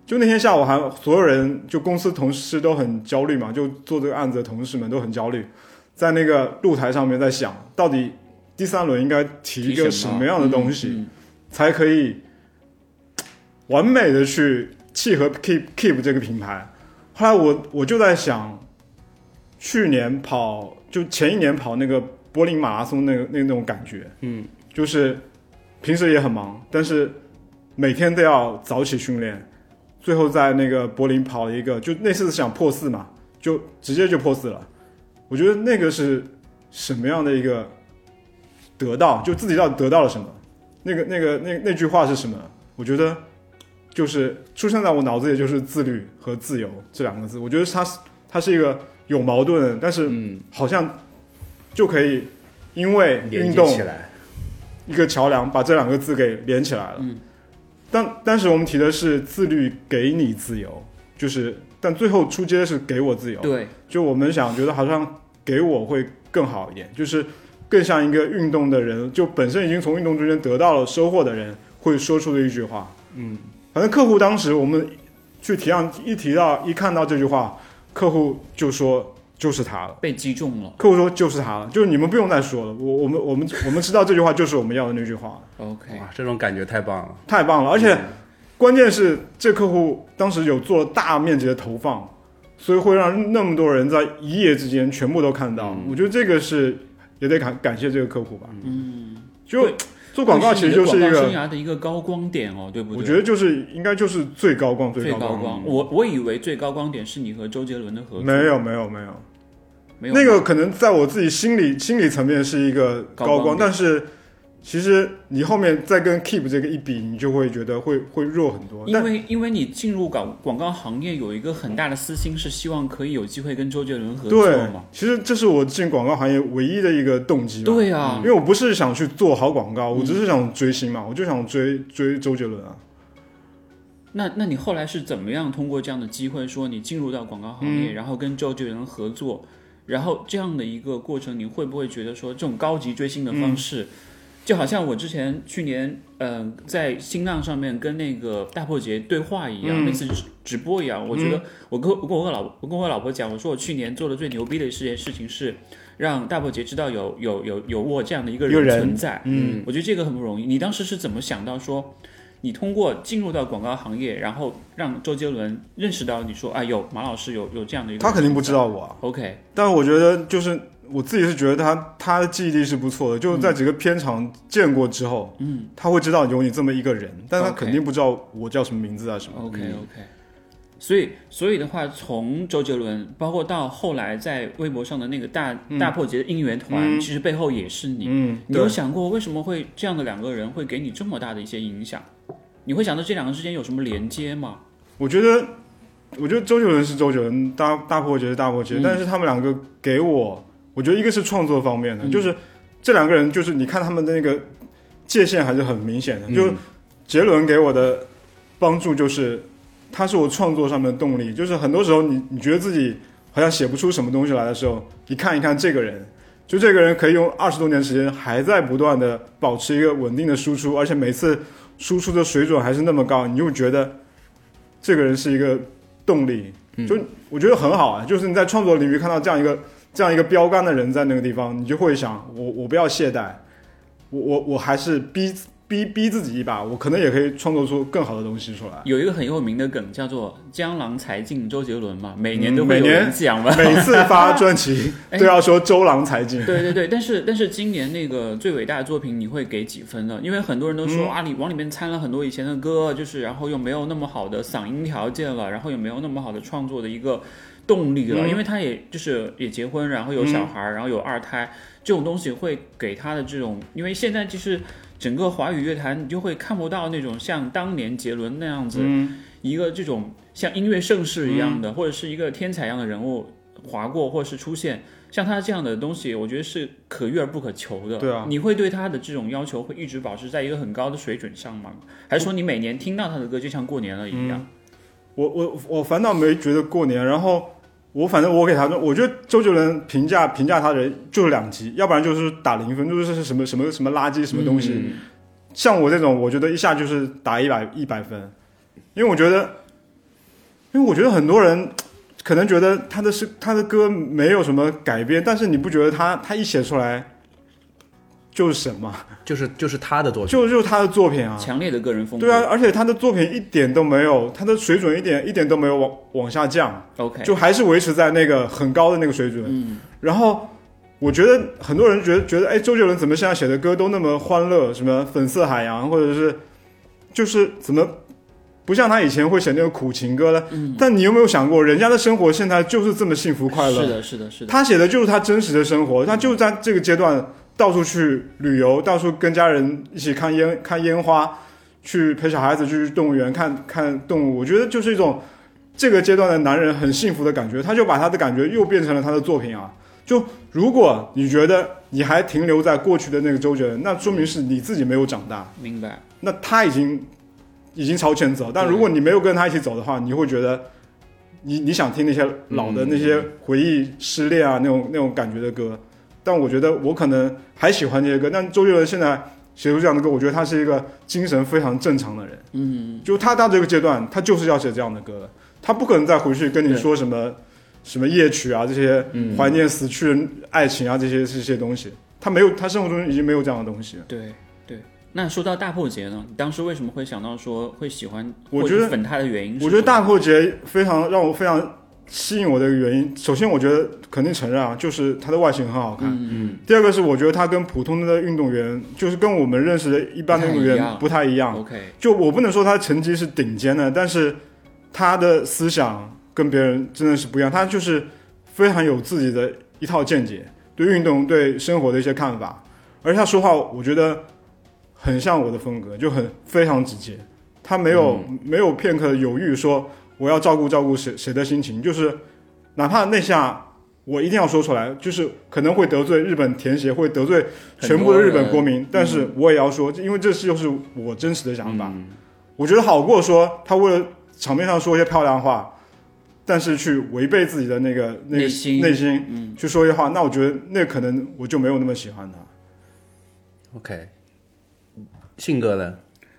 就那天下午还所有人就公司同事都很焦虑嘛，就做这个案子的同事们都很焦虑，在那个露台上面在想，到底第三轮应该提一个提什什嗯么嗯样的东西。才可以完美的去契合 Keep Keep 这个品牌。后来我我就在想，去年跑就前一年跑那个柏林马拉松那个那种感觉，嗯，就是平时也很忙，但是每天都要早起训练，最后在那个柏林跑了一个，就那次想破四嘛，就直接就破四了。我觉得那个是什么样的一个得到，就自己到底得到了什么？那个那个那那句话是什么？我觉得就是出现在我脑子里就是自律和自由这两个字。我觉得它是它是一个有矛盾的，但是嗯，好像就可以因为连哎运接动起来，一个桥梁，把这两个字给连起来了。嗯但当时我们提的是自律给你自由，就是但最后出街是给我自由。对，就我们想觉得好像给我会更好一点，就是更像一个运动的人，就本身已经从运动中间得到了收获的人会说出的一句话。嗯，反正客户当时我们去提案一提到一看到这句话，客户就说就是他了。被击中了。客户说就是他了，就是你们不用再说了，我我们我们我们知道这句话就是我们要的那句话了， OK，哇，这种感觉太棒了。太棒了！而且关键是这客户当时有做了大面积的投放，所以会让那么多人在一夜之间全部都看到。我觉得这个是也得感感谢这个客户吧。嗯，就对做广告其实就是这一你的广告生个，涯的一个高光点哦，对不对？我觉得就是应该就是最高光最高高光。我我以为最高光点是你和周杰伦的合作，没有没有没有，没有嗯那个可能在我自己心理心理层面是一个高高光，光但是其实你后面再跟 Keep 这个一比，你就会觉得会会弱很多。因但为因为你进入广广告行业有一个很大的私心是希望可以有机会跟周杰伦合作对嘛。，其实这是我进广告行业唯一的一个动机吧。对啊因，为我不是想去做好广告，我只是想追星嘛，我就想追嗯追周杰伦啊。那那你后来是怎么样通过这样的机会，说你进入到广告行业，然后跟周杰伦合作，然后这样的一个过程，你会不会觉得说这种高级追星的方式，嗯就好像我之前去年嗯、呃在新浪上面跟那个大破节对话一嗯样，那次直直播一样，我觉得我跟我跟我老我跟我老婆讲，我说我去年做的最牛逼的一件事情是让大破节知道有有有有我这样的一个一个人人存在，嗯，我觉得这个很不容易。你当时是怎么想到说？你通过进入到广告行业，然后让周杰伦认识到你说啊，有马老师有有这样的一个，他肯定不知。道我啊， OK，但我觉得就是我自己是觉得他他的记忆力是不错的，就是在几个片场见过之后，嗯，他会知道有你这么一个人，但他 OK 肯定不知道我叫什么名字啊什么的。 OK OK，所以，所以的话，从周杰伦，包括到后来在微博上的那个大、大破节的应援团，其实背后也是你。嗯，你对有想过为什么会这样的两个人会给你这么大的一些影响？你会想到这两个之间有什么连接吗？我觉得，我觉得周杰伦是周杰伦，大大破节是大破节，嗯但是他们两个给我，我觉得一个是创作方面的，就是这两个人，就是你看他们的那个界限还是很明显的。就杰伦给我的帮助就是，他是我创作上面的动力。就是很多时候你你觉得自己好像写不出什么东西来的时候，你看一看这个人。就这个人可以用二十多年时间，还在不断的保持一个稳定的输出，而且每次输出的水准还是那么高，你就觉得这个人是一个动力，就我觉得很好啊。就是你在创作领域看到这样一个这样一个标杆的人在那个地方，你就会想，我我不要懈怠，我我我还是逼逼逼自己一把，我可能也可以创作出更好的东西出来。有一个很有名的梗叫做“江郎才尽周杰伦”嘛，每年都会嗯每有年人讲嘛。每次发专辑哎都要说周郎才尽，对对对，但是但是今年那个最伟大的作品你会给几分呢？因为很多人都说、啊，你往里面掺了很多以前的歌，就是然后又没有那么好的嗓音条件了，然后也没有那么好的创作的一个动力了，因为他也就是也结婚，然后有小孩，然后有二胎，这种东西会给他的这种，因为现在就是整个华语乐坛，你就会看不到那种像当年杰伦那样子，一个这种像音乐盛世一样的，或者是一个天才一样的人物划过或是出现，像他这样的东西，我觉得是可遇而不可求的。对啊你会对他的这种要求会一直保持在一个很高的水准上吗？还是说你每年听到他的歌就像过年了一样？我我我反倒没觉得过年，然后我反正我给他，我觉得周杰伦评价评价他的人就是两级，要不然就是打零分，就是什么什么什么垃圾什么东西。嗯像我这种，我觉得一下就是打一百一百分，因为我觉得，因为我觉得很多人可能觉得他的是他的歌没有什么改变，但是你不觉得他他一写出来就是神吗？就是就是他的作品，就就是他的作品啊，强烈的个人风格。对啊，而且他的作品一点都没有，他的水准一点一点都没有往往下降。 ，OK，就还是维持在那个很高的那个水准。然后我觉得很多人觉得觉得，哎，周杰伦怎么现在写的歌都那么欢乐，什么粉色海洋，或者是就是怎么不像他以前会写那个苦情歌了？但你有没有想过，人家的生活现在就是这么幸福快乐？是的，是的，是的。他写的就是他真实的生活，他就在这个阶段到处去旅游，到处跟家人一起看烟看烟花，去陪小孩子去动物园看看动物。我觉得就是一种这个阶段的男人很幸福的感觉，他就把他的感觉又变成了他的作品啊。就如果你觉得你还停留在过去的那个周杰伦，那说明是你自己没有长大，明白，那他已经已经朝前走。但如果你没有跟他一起走的话，你会觉得你你想听那些老的那些回忆、失恋啊那种那种感觉的歌。但我觉得我可能还喜欢这些歌，但周杰伦现在写出这样的歌，我觉得他是一个精神非常正常的人。嗯，就他到这个阶段，他就是要写这样的歌了，他不可能再回去跟你对说什么什么夜曲啊这些怀念死去的爱情啊这些这些东西，他没有，他生活中已经没有这样的东西了。对对。那说到大破节呢，你当时为什么会想到说会喜欢，我或者觉得粉他的原因是什么？我觉得大破节非常让我非常吸引我的原因，首先我觉得肯定承认啊，就是它的外形很好看。嗯，嗯第二个是我觉得它跟普通的运动员，就是跟我们认识的一般的运动员不不太一样。 ，OK，就我不能说他的成绩是顶尖的，但是他的思想跟别人真的是不一样，他就是非常有自己的一套见解，对运动、对生活的一些看法。而且他说话，我觉得很像我的风格，就很非常直接。他没有、没有片刻犹豫，说我要照顾照顾谁谁的心情，就是哪怕那下我一定要说出来，就是可能会得罪日本田协，会得罪全部的日本国民，嗯但是我也要说，因为这是就是我真实的想法。嗯我觉得好过说他为了场面上说一些漂亮话，但是去违背自己的那个那内心嗯内心、去说一些话，那我觉得那可能我就没有那么喜欢他。 OK，信哥呢？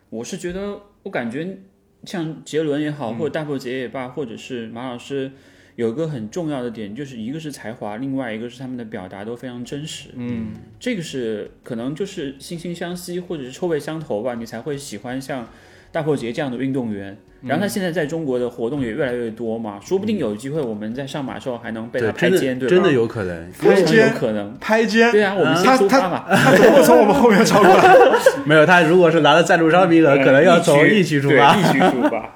我是觉得，我感觉像杰伦也好，嗯或者大破节也罢，或者是马老师，有一个很重要的点，就是一个是才华，另外一个是他们的表达都非常真实。嗯，这个是可能就是惺惺相惜，或者是臭味相投吧，你才会喜欢像大破节这样的运动员。然后嗯他现在在中国的活动也越来越多嘛，说不定有机会我们在上马的时候还能被对，他拍真肩，的吧？真的有可能， (laughs) 非拍常有肩可能。拍肩，对啊，我们先他出他发嘛。他怎么会从我们 (laughs) 后面超过来？没有他如果是拿了赞助商名额，可能要从一一区区出发。对一区出发。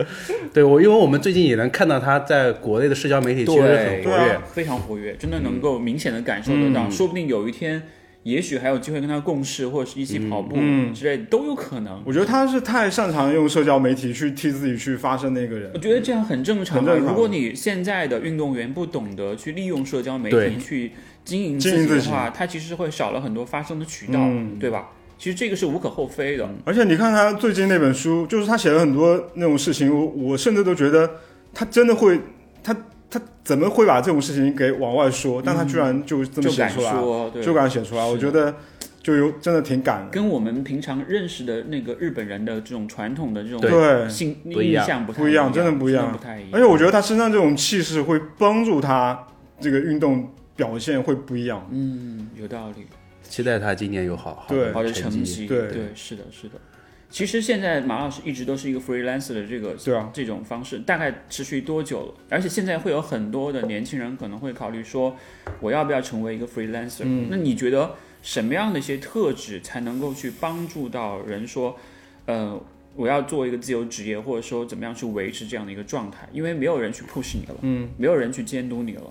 对我，因为我们最近也能看到它在国内的社交媒体其实很对，活对跃啊。非常活跃，真的能够明显的感受得到。嗯说不定有一天，也许还有机会跟他共事，或者是一起跑步嗯之类的，都有可能。我觉得他是太擅长用社交媒体去替自己去发声的一个人我。觉得这样很正常啊。很正常如果你现在的运动员不懂得去利用社交媒对体去经营经自营己的自己话，他其实会少了很多发声的渠道，嗯对吧？其实这个是无可厚非的。而且你看他最近那本书，就是他写了很多那种事情，我我甚至都觉得他真的会，他他怎么会把这种事情给往外说？但他居然就嗯这么就写敢出来，啊说，对，就敢写出来，是的我觉得就有真的挺敢的。跟我们平常认识的那个日本人的这种传统的这种对，性不一印样象不太不一样样，真的不一样真的不太一样。而且我觉得他身上这种气势会帮助他这个运动表现会不一样。嗯，有道理，期待他今年有好好对好的成成绩，对是的，是的。其实现在马老师一直都是一个 freelancer 的这个对啊，这种方式，大概持续多久了？而且现在会有很多的年轻人可能会考虑说，我要不要成为一个 freelancer？、那嗯你觉得什么样的一些特质才能够去帮助到人说，呃，我要做一个自由职业，或者说怎么样去维持这样的一个状态？因为没有人去 push 你了，嗯，没有人去监督你了。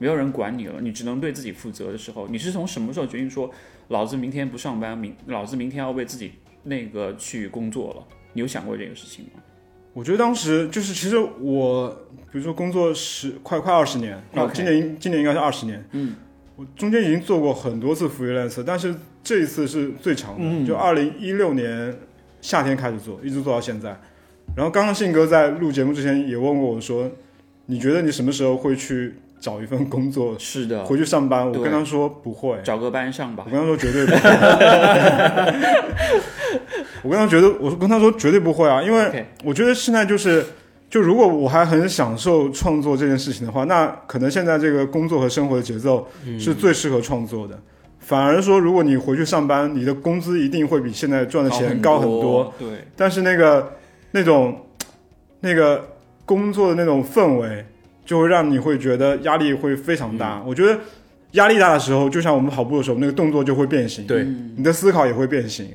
没有人管你了，你只能对自己负责的时候，你是从什么时候决定说，老子明天不上班，明老子明天要为自己那个去工作了？你有想过这个事情吗？我觉得当时就是，其实我比如说工作十快快二十年，啊 OK 今年今年应该是二十年，嗯，我中间已经做过很多次 freelance，但是这一次是最长的，嗯就二零一六年夏天开始做，一直做到现在。然后刚刚信哥在录节目之前也问过我说，你觉得你什么时候会去找一份工作是的，回去上班？我对跟他说不会，找个班上吧我。跟他说绝对不会。 (laughs) 我跟他觉得，我跟他说绝对不会啊，因为 OK 我觉得现在就是，就如果我还很享受创作这件事情的话，那可能现在这个工作和生活的节奏是最适合创作的。反而说，如果你回去上班，你的工资一定会比现在赚的钱高很多，多，对，但是那个那种那个工作的那种氛围，就会让你会觉得压力会非常大。我觉得压力大的时候，就像我们跑步的时候，那个动作就会变形，对你的思考也会变形。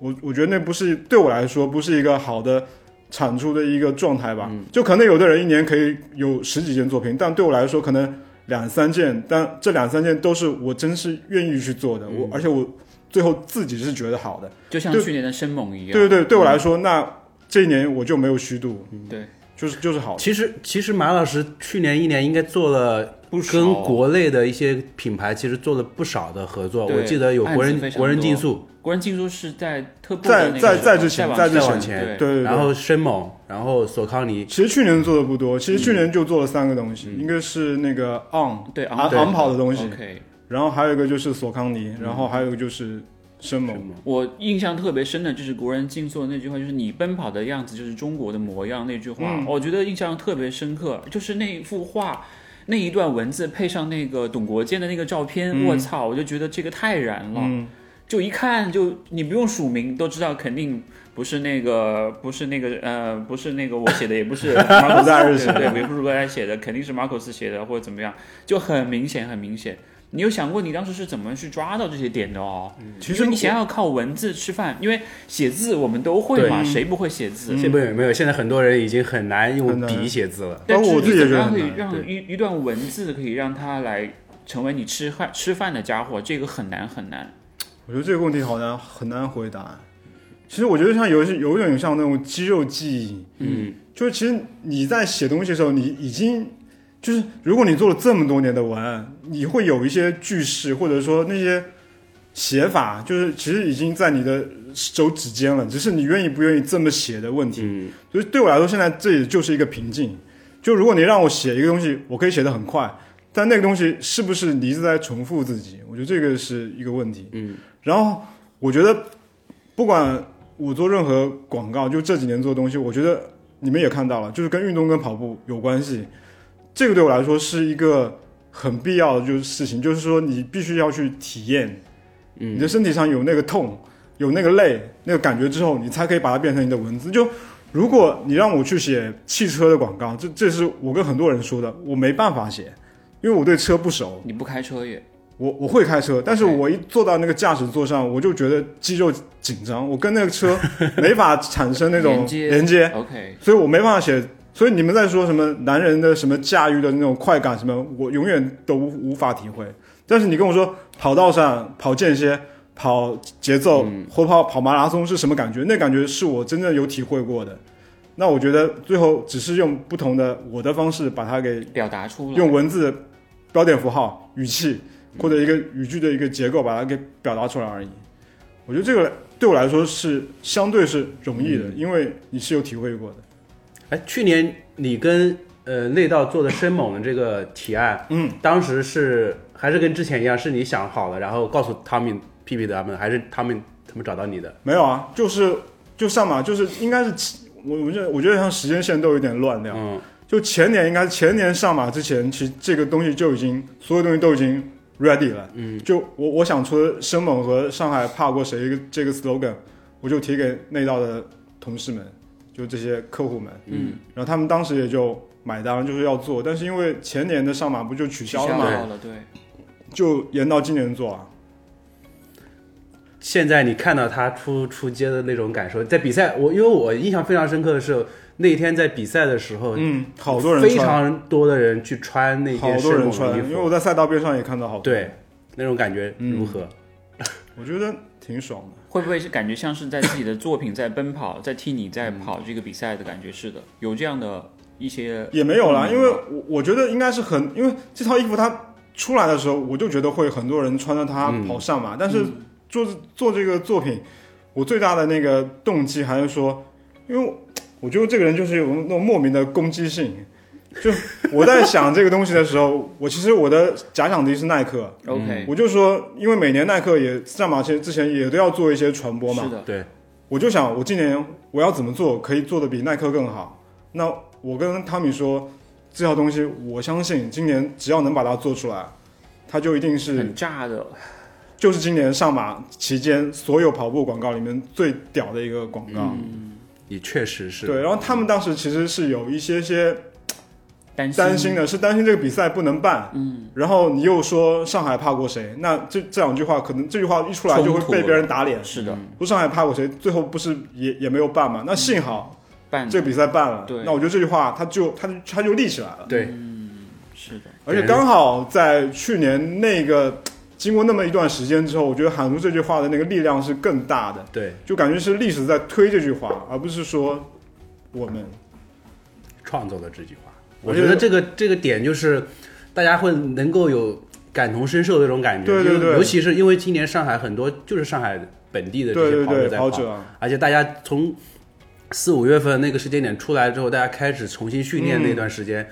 我我觉得那不是对我来说不是一个好的产出的一个状态吧。就可能有的人一年可以有十几件作品，但对我来说可能两三件，但这两三件都是我真是愿意去做的。我而且我最后自己是觉得好的。就像对去年的生猛一样。对对对，对我来说，那这一年我就没有虚度，对，就是就是好的。其实其实马老师去年一年应该做了。不少跟国内的一些品牌其实做了不少的合作，对我记得有国案子非人常国人多竞速，国人进入是在特步的在那个在时候在之前再在之前对，对对对，然后深猛，然后索康尼，其实去年做的不多，其实去年就做了三个东西，一个是那个 on 对昂对昂跑的东西， OK，然后还有一个就是索康尼，然后还有一个就是生猛。我印象特别深的就是国人静坐那句话，就是“你奔跑的样子就是中国的模样”那句话，我觉得印象特别深刻。就是那幅画，那一段文字配上那个董国建的那个照片，我操，我就觉得这个太燃了。就一看就你不用署名都知道，肯定不是那个，不是那个，呃，不是那个我写的，也不是马可马可斯艾瑞斯写的对，对也不是罗莱写的，肯定是马可斯写的或者怎么样，就很明显，很明显。你有想过你当时是怎么去抓到这些点的哦？嗯其因实为你想要靠文字吃饭，因为写字我们都会嗯嘛，谁不会写字？这不有没有？现在很多人已经很难很用难笔写字了。但包括是我你自己也怎么觉得样可以很难让一一段文字可以让它来成为你吃饭吃饭的家伙？这个很难很难。我觉得这个问题好难很难回答。其实我觉得像有一些有一种像那种肌肉记忆，嗯，就是其实你在写东西的时候，你已经就是如果你做了这么多年的文案，你会有一些句式或者说那些写法，就是其实已经在你的手指尖了，只是你愿意不愿意这么写的问题。嗯，所以对我来说，现在这也就是一个瓶颈。就如果你让我写一个东西，我可以写得很快，但那个东西是不是你一直在重复自己？我觉得这个是一个问题。嗯，然后我觉得不管我做任何广告，就这几年做的东西，我觉得你们也看到了，就是跟运动跟跑步有关系。这个对我来说是一个很必要的就是事情，就是说你必须要去体验，你的身体上有那个痛，有那个累，那个感觉之后，你才可以把它变成你的文字。就如果你让我去写汽车的广告，这这是我跟很多人说的，我没办法写，因为我对车不熟。你不开车也我我会开车，但是 OK 我一坐到那个驾驶座上，我就觉得肌肉 (laughs) 紧张，我跟那个车没法产生那种连接连接， OK，所以我没办法写所以你们在说什么男人的什么驾驭的那种快感什么，我永远都无无法体会。但是你跟我说跑道上跑间歇、跑节奏、嗯或跑跑马拉松是什么感觉？那感觉是我真正有体会过的。那我觉得最后只是用不同的我的方式把它给表达出来。用文字、标点符号、语气或者一个语句的一个结构把它给表达出来而已。我觉得这个对我来说是相对是容易的，因为你是有体会过的。哎，去年你跟呃内道做的生猛的这个提案，嗯，当时是还是跟之前一样，是你想好了，然后告诉汤米、屁屁他们，还是他们他们找到你的？没有啊，就是就上嘛，就是应该是前我我觉得我觉得像时间线都有点乱掉。嗯，就前年应该是前年上马之前，其实这个东西就已经所有东西都已经 ready 了。嗯，就我我想出的生猛和上海怕过谁一个这个 slogan，我就提给内道的同事们，就这些客户们，嗯，然后他们当时也就买单，就是要做。但是因为前年的上马不就取取消消了嘛，了，对，就延到今年做啊。现在你看到他出出街的那种感受，在比赛，我因为我印象非常深刻的是那一天在比赛的时候，嗯，好多人非穿，常多的人去穿那好件多生人猛的穿，衣因为我服，在赛道边上也看到好多。对，那种感觉如何？嗯我觉得挺爽的。会不会是感觉像是在自己的作品在奔跑，在替你在跑这个比赛的感觉似的？有这样的一些也没有啦，嗯因为我我觉得应该是很，因为这套衣服它出来的时候，我就觉得会很多人穿着它跑上马。但是做做这个作品，我最大的那个动机还是说，因为我我觉得这个人就是有那种莫名的攻击性。就我在想这个东西的时候，我其实我的假想敌是耐克， OK，我就说，因为每年耐克也上马前之前也都要做一些传嗯播嘛，是的，对，我就想，我今年我要怎么做可以做的比耐克更好？那我跟汤米说，这套东西我相信今年只要能把它做出来，它就一定是很炸的，就是今年上马期间所有跑步广告里面最屌的一个广告。嗯也确实是。对，然后他们当时其实是有一些些担心担心的，是担心这个比赛不能办。嗯，然后你又说上海怕过谁？那这这两句话可能这句话一出来就冲会突被了别人打脸。是的，说上海怕过谁？最后不是也也没有办嘛？那幸好。办这个比赛办了，对那我觉得这句话它就它就它就立起来了，对，是的，而且刚好在去年那个经过那么一段时间之后，我觉得喊出这句话的那个力量是更大的，对，就感觉是历史在推这句话，而不是说我们创造了这句话。我我觉觉得得这个这个点就是，大家会能够有感同身受的这种感觉。对对因为对尤其是因为今年上海很多就是上海本地的对这些对跑者对在跑者啊，而且大家从四五月份那个时间点出来之后，大家开始重新训练嗯那段时间，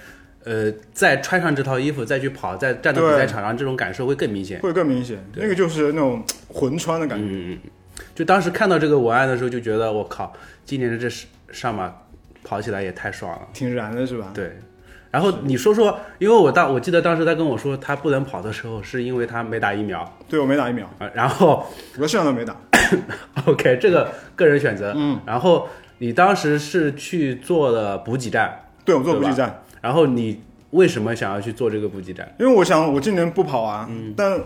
呃，再穿上这套衣服再去跑，再站到比赛对场上，这种感受会更明显。会更明显，对那个就是那种魂穿的感觉，嗯，嗯嗯，就当时看到这个文案的时候，就觉得我靠，今年的这上马跑起来也太爽了。挺燃的是吧？对，然后你说说，因为我当我记得当时他跟我说他不能跑的时候，是因为他没打疫苗对我没打疫苗，啊。然后我现在都没打， OK，这个个人选择，嗯，然后你当时是去做了补给站，对我做补对给吧站。然后你为什么想要去做这个补给站？因为我想我今年不跑啊，嗯但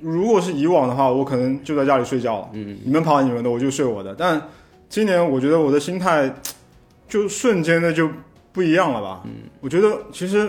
如果是以往的话，我可能就在家里睡觉了。嗯，你们跑你们的，我就睡我的。但今年我觉得我的心态就瞬间的就不一样了吧。嗯，我觉得其实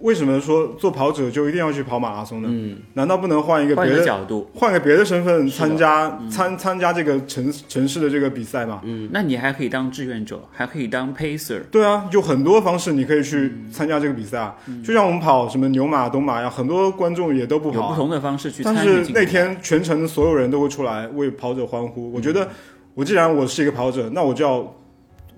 为什么说做跑者就一定要去跑马拉松呢？嗯，难道不能换一个换别一的个角度，换个别的身份是的参加、参参加这个城城市的这个比赛吗？嗯，那你还可以当志愿者，还可以当 pacer，对啊，有很多方式你可以去嗯参加这个比赛啊。就像我们跑什么牛马、东马呀，很多观众也都不跑有啊、不同的方式去参但与是进嗯那来天全城所有人都会出来为跑者欢呼。我觉得，我既然我是一个跑者，那我就要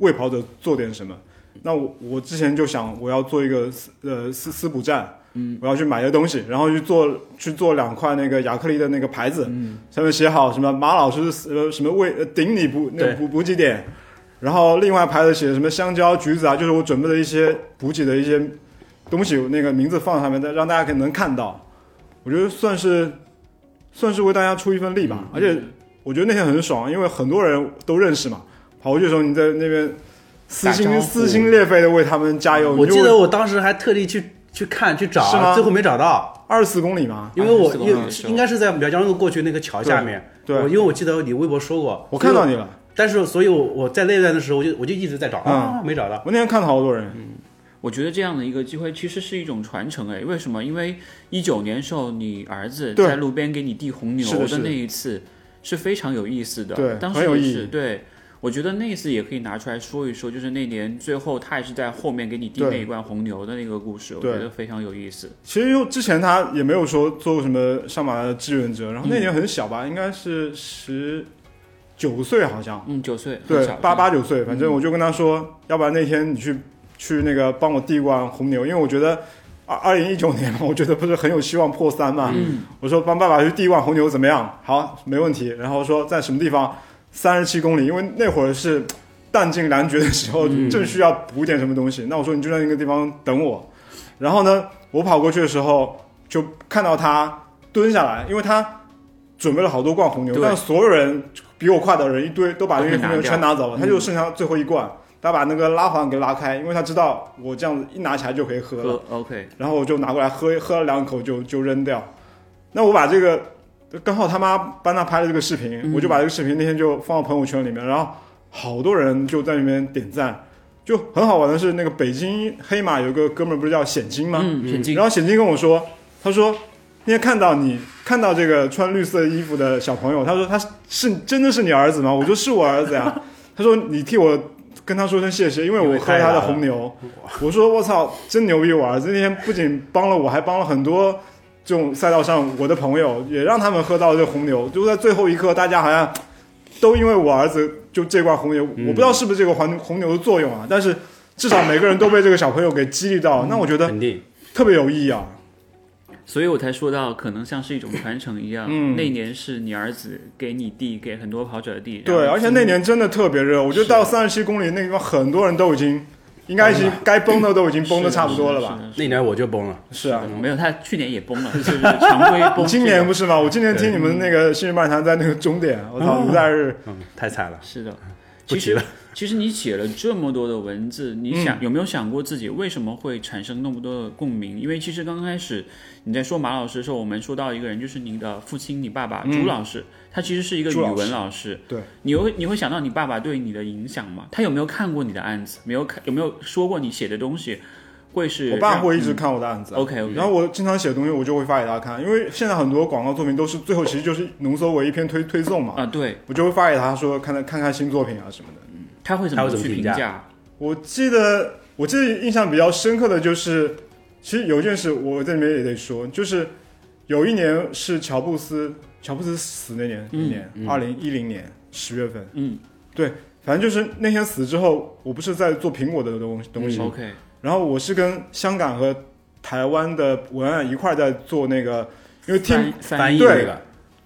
为跑者做点什么。嗯那我我之前就想，我要做一个私呃私私补站，嗯，我要去买些东西，然后去做去做两块那个亚克力的那个牌子，嗯，上面写好什么马老师呃什么为呃顶你补那对个补补给点，然后另外牌子写什么香蕉、橘子啊，就是我准备的一些补给的一些东西，那个名字放上面，再让大家可以能看到。我觉得算是算是为大家出一份力吧，而且我觉得那天很爽，因为很多人都认识嘛。跑过去的时候，你在那边撕打心招呼撕心裂肺的为他们加油。我你就记得我当时还特地去去看去哦是找，吗啊最后没找到，二十四公里嘛，因为我24公里应的时候应该是在苗江路过去那个桥下面。对对我因为我记得你微博说过，我看到你了，但是所以我我在那段的时候，我就我就一直在找嗯啊，没找到。我那天看了好多人，我觉得这样的一个机会其实是一种传承哎，为什么？因为一九年时候你儿子对在路边给你递红牛是的是的那一次是非常有意思的，对当很时有也意是义对。我觉得那一次也可以拿出来说一说，就是那年最后他也是在后面给你递对那一罐红牛的那个故事，我觉对得非常有意思。其实就之前他也没有说做过什么上马的志愿者，然后那年很小吧，应该是十九岁好像，嗯，九岁，对很小，嗯八，八九岁，反正我就跟他说，要不然那天你去去那个帮我递一罐红牛，因为我觉得二二零一九年嘛，我觉得不是很有希望破三嘛。嗯我说帮爸爸去递一罐红牛怎么样？好，没问题。然后说在什么地方？三十七公里，因为那会儿是弹尽粮绝的时候，嗯正需要补点什么东西。那我说你就在那个地方等我。然后呢，我跑过去的时候就看到他蹲下来，因为他准备了好多罐红牛，对但所有人比我快的人一堆都把那个红牛全拿走了，嗯他就剩下最后一罐。他把那个拉环给拉开，因为他知道我这样子一拿起来就可以喝了。喝 OK，然后我就拿过来喝，喝了两口就就扔掉。那我把这个，刚好他妈帮他拍了这个视频，嗯我就把这个视频那天就放到朋友圈里面，然后好多人就在那边点赞，就很好玩的是，那个北京黑马有个哥们儿不是叫显金吗？嗯，很近，然后显金跟我说，他说那天看到你看到这个穿绿色衣服的小朋友，他说他是是真的是你儿子吗？我说是我儿子呀。他说你替我跟他说声谢谢，因为因为我喝太他难的了红牛。我说我操，真牛逼！我儿子那天不仅帮了我，还帮了很多这种赛道上我的朋友，也让他们喝到这红牛。就在最后一刻，大家好像都因为我儿子就这罐红牛，嗯我不知道是不是这个红红牛的作用啊，但是至少每个人都被这个小朋友给激励到，那我觉得肯定，特别有意义啊。所以我才说到可能像是一种传承一样。嗯那年是你儿子给你递，给很多跑者递，对，然后而且那年真的特别热，我觉得到三十七公里那地方，很多人都已经，应该已经该崩的都已经崩的差不多了吧？是的？是的那年我就崩了。是啊，没有，他去年也崩 (laughs) 了，就是常规崩。今年不是吗？我今年听你们那个幸运漫谈在那个终点，我操，五代日，嗯，太惨了，是的，不其提实了。 (laughs) 其实你写了这么多的文字，你嗯想、有没有想过自己为什么会产生那么多的共鸣？因为其实刚开始你在说马老师的时候，我们说到一个人，就是你的父亲，你爸爸、朱老师，他其实是一个语嗯朱老师文老师。对，你会你会想到你爸爸对你的影响吗？他有没有看过你的案子？没有看有没有说过你写的东西会是我爸让嗯会一直看我的案子啊。 OK OK 然后我经常写东西，我就会发给他看，因为现在很多广告作品都是最后其实就是浓缩为一篇推推送嘛，啊？对，我就会发给他说看看看看新作品啊什么的。他会怎他么会怎么去评评价价？我记得我记得印象比较深刻的就是，其实有一件事我在里面也得说，就是有一年是乔布斯，乔布斯死那年，那嗯年二零一零年十月份，嗯对，反正就是那天死之后，我不是在做苹果的东东西，嗯，OK，然后我是跟香港和台湾的文案一块儿在做那个，因为翻 Tim 翻翻译对那个，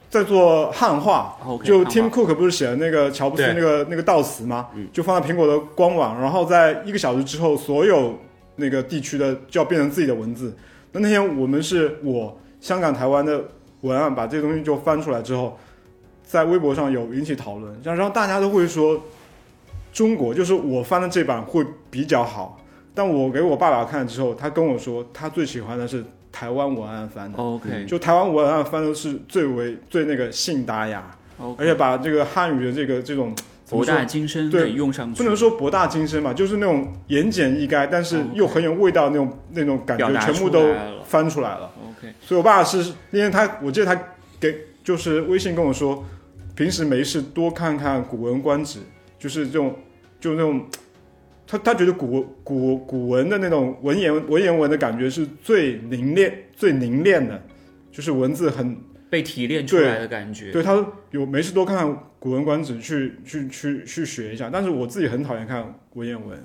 在做汉化哦 OK，就汉化嗯 Tim Cook 不是写了那个乔布斯对那个那个悼词嘛，就放在苹果的官网，然后在一个小时之后，所有那个地区的就要变成自己的文字。那那天我们是我香港、台湾的文案把这个东西就翻出来之后，在微博上有引起讨论，然后大家都会说，中国就是我翻的这版会比较好，但我给我爸爸看之后，他跟我说他最喜欢的是台湾文案翻的。 OK，就台湾文案翻的是最为最那个信达雅，而 OK，且把这个汉语的这个这种怎么博说大精深对给用上去，不能说博大精深吧，就是那种言简意赅，但是哦又很有味道那种那种感表觉，达全部出都来了翻出来了。 OK。所以我爸是因为他，我记得他给就是微信跟我说，平时没事多看看《古文观止》，就是这种就那种，他他觉得古古古文的那种文言文言文的感觉是最凝练最凝练的，就是文字很被提炼出来的感觉。对，他说有没事多看看《古文观止》去，去去去学一下。但是我自己很讨厌看文言文，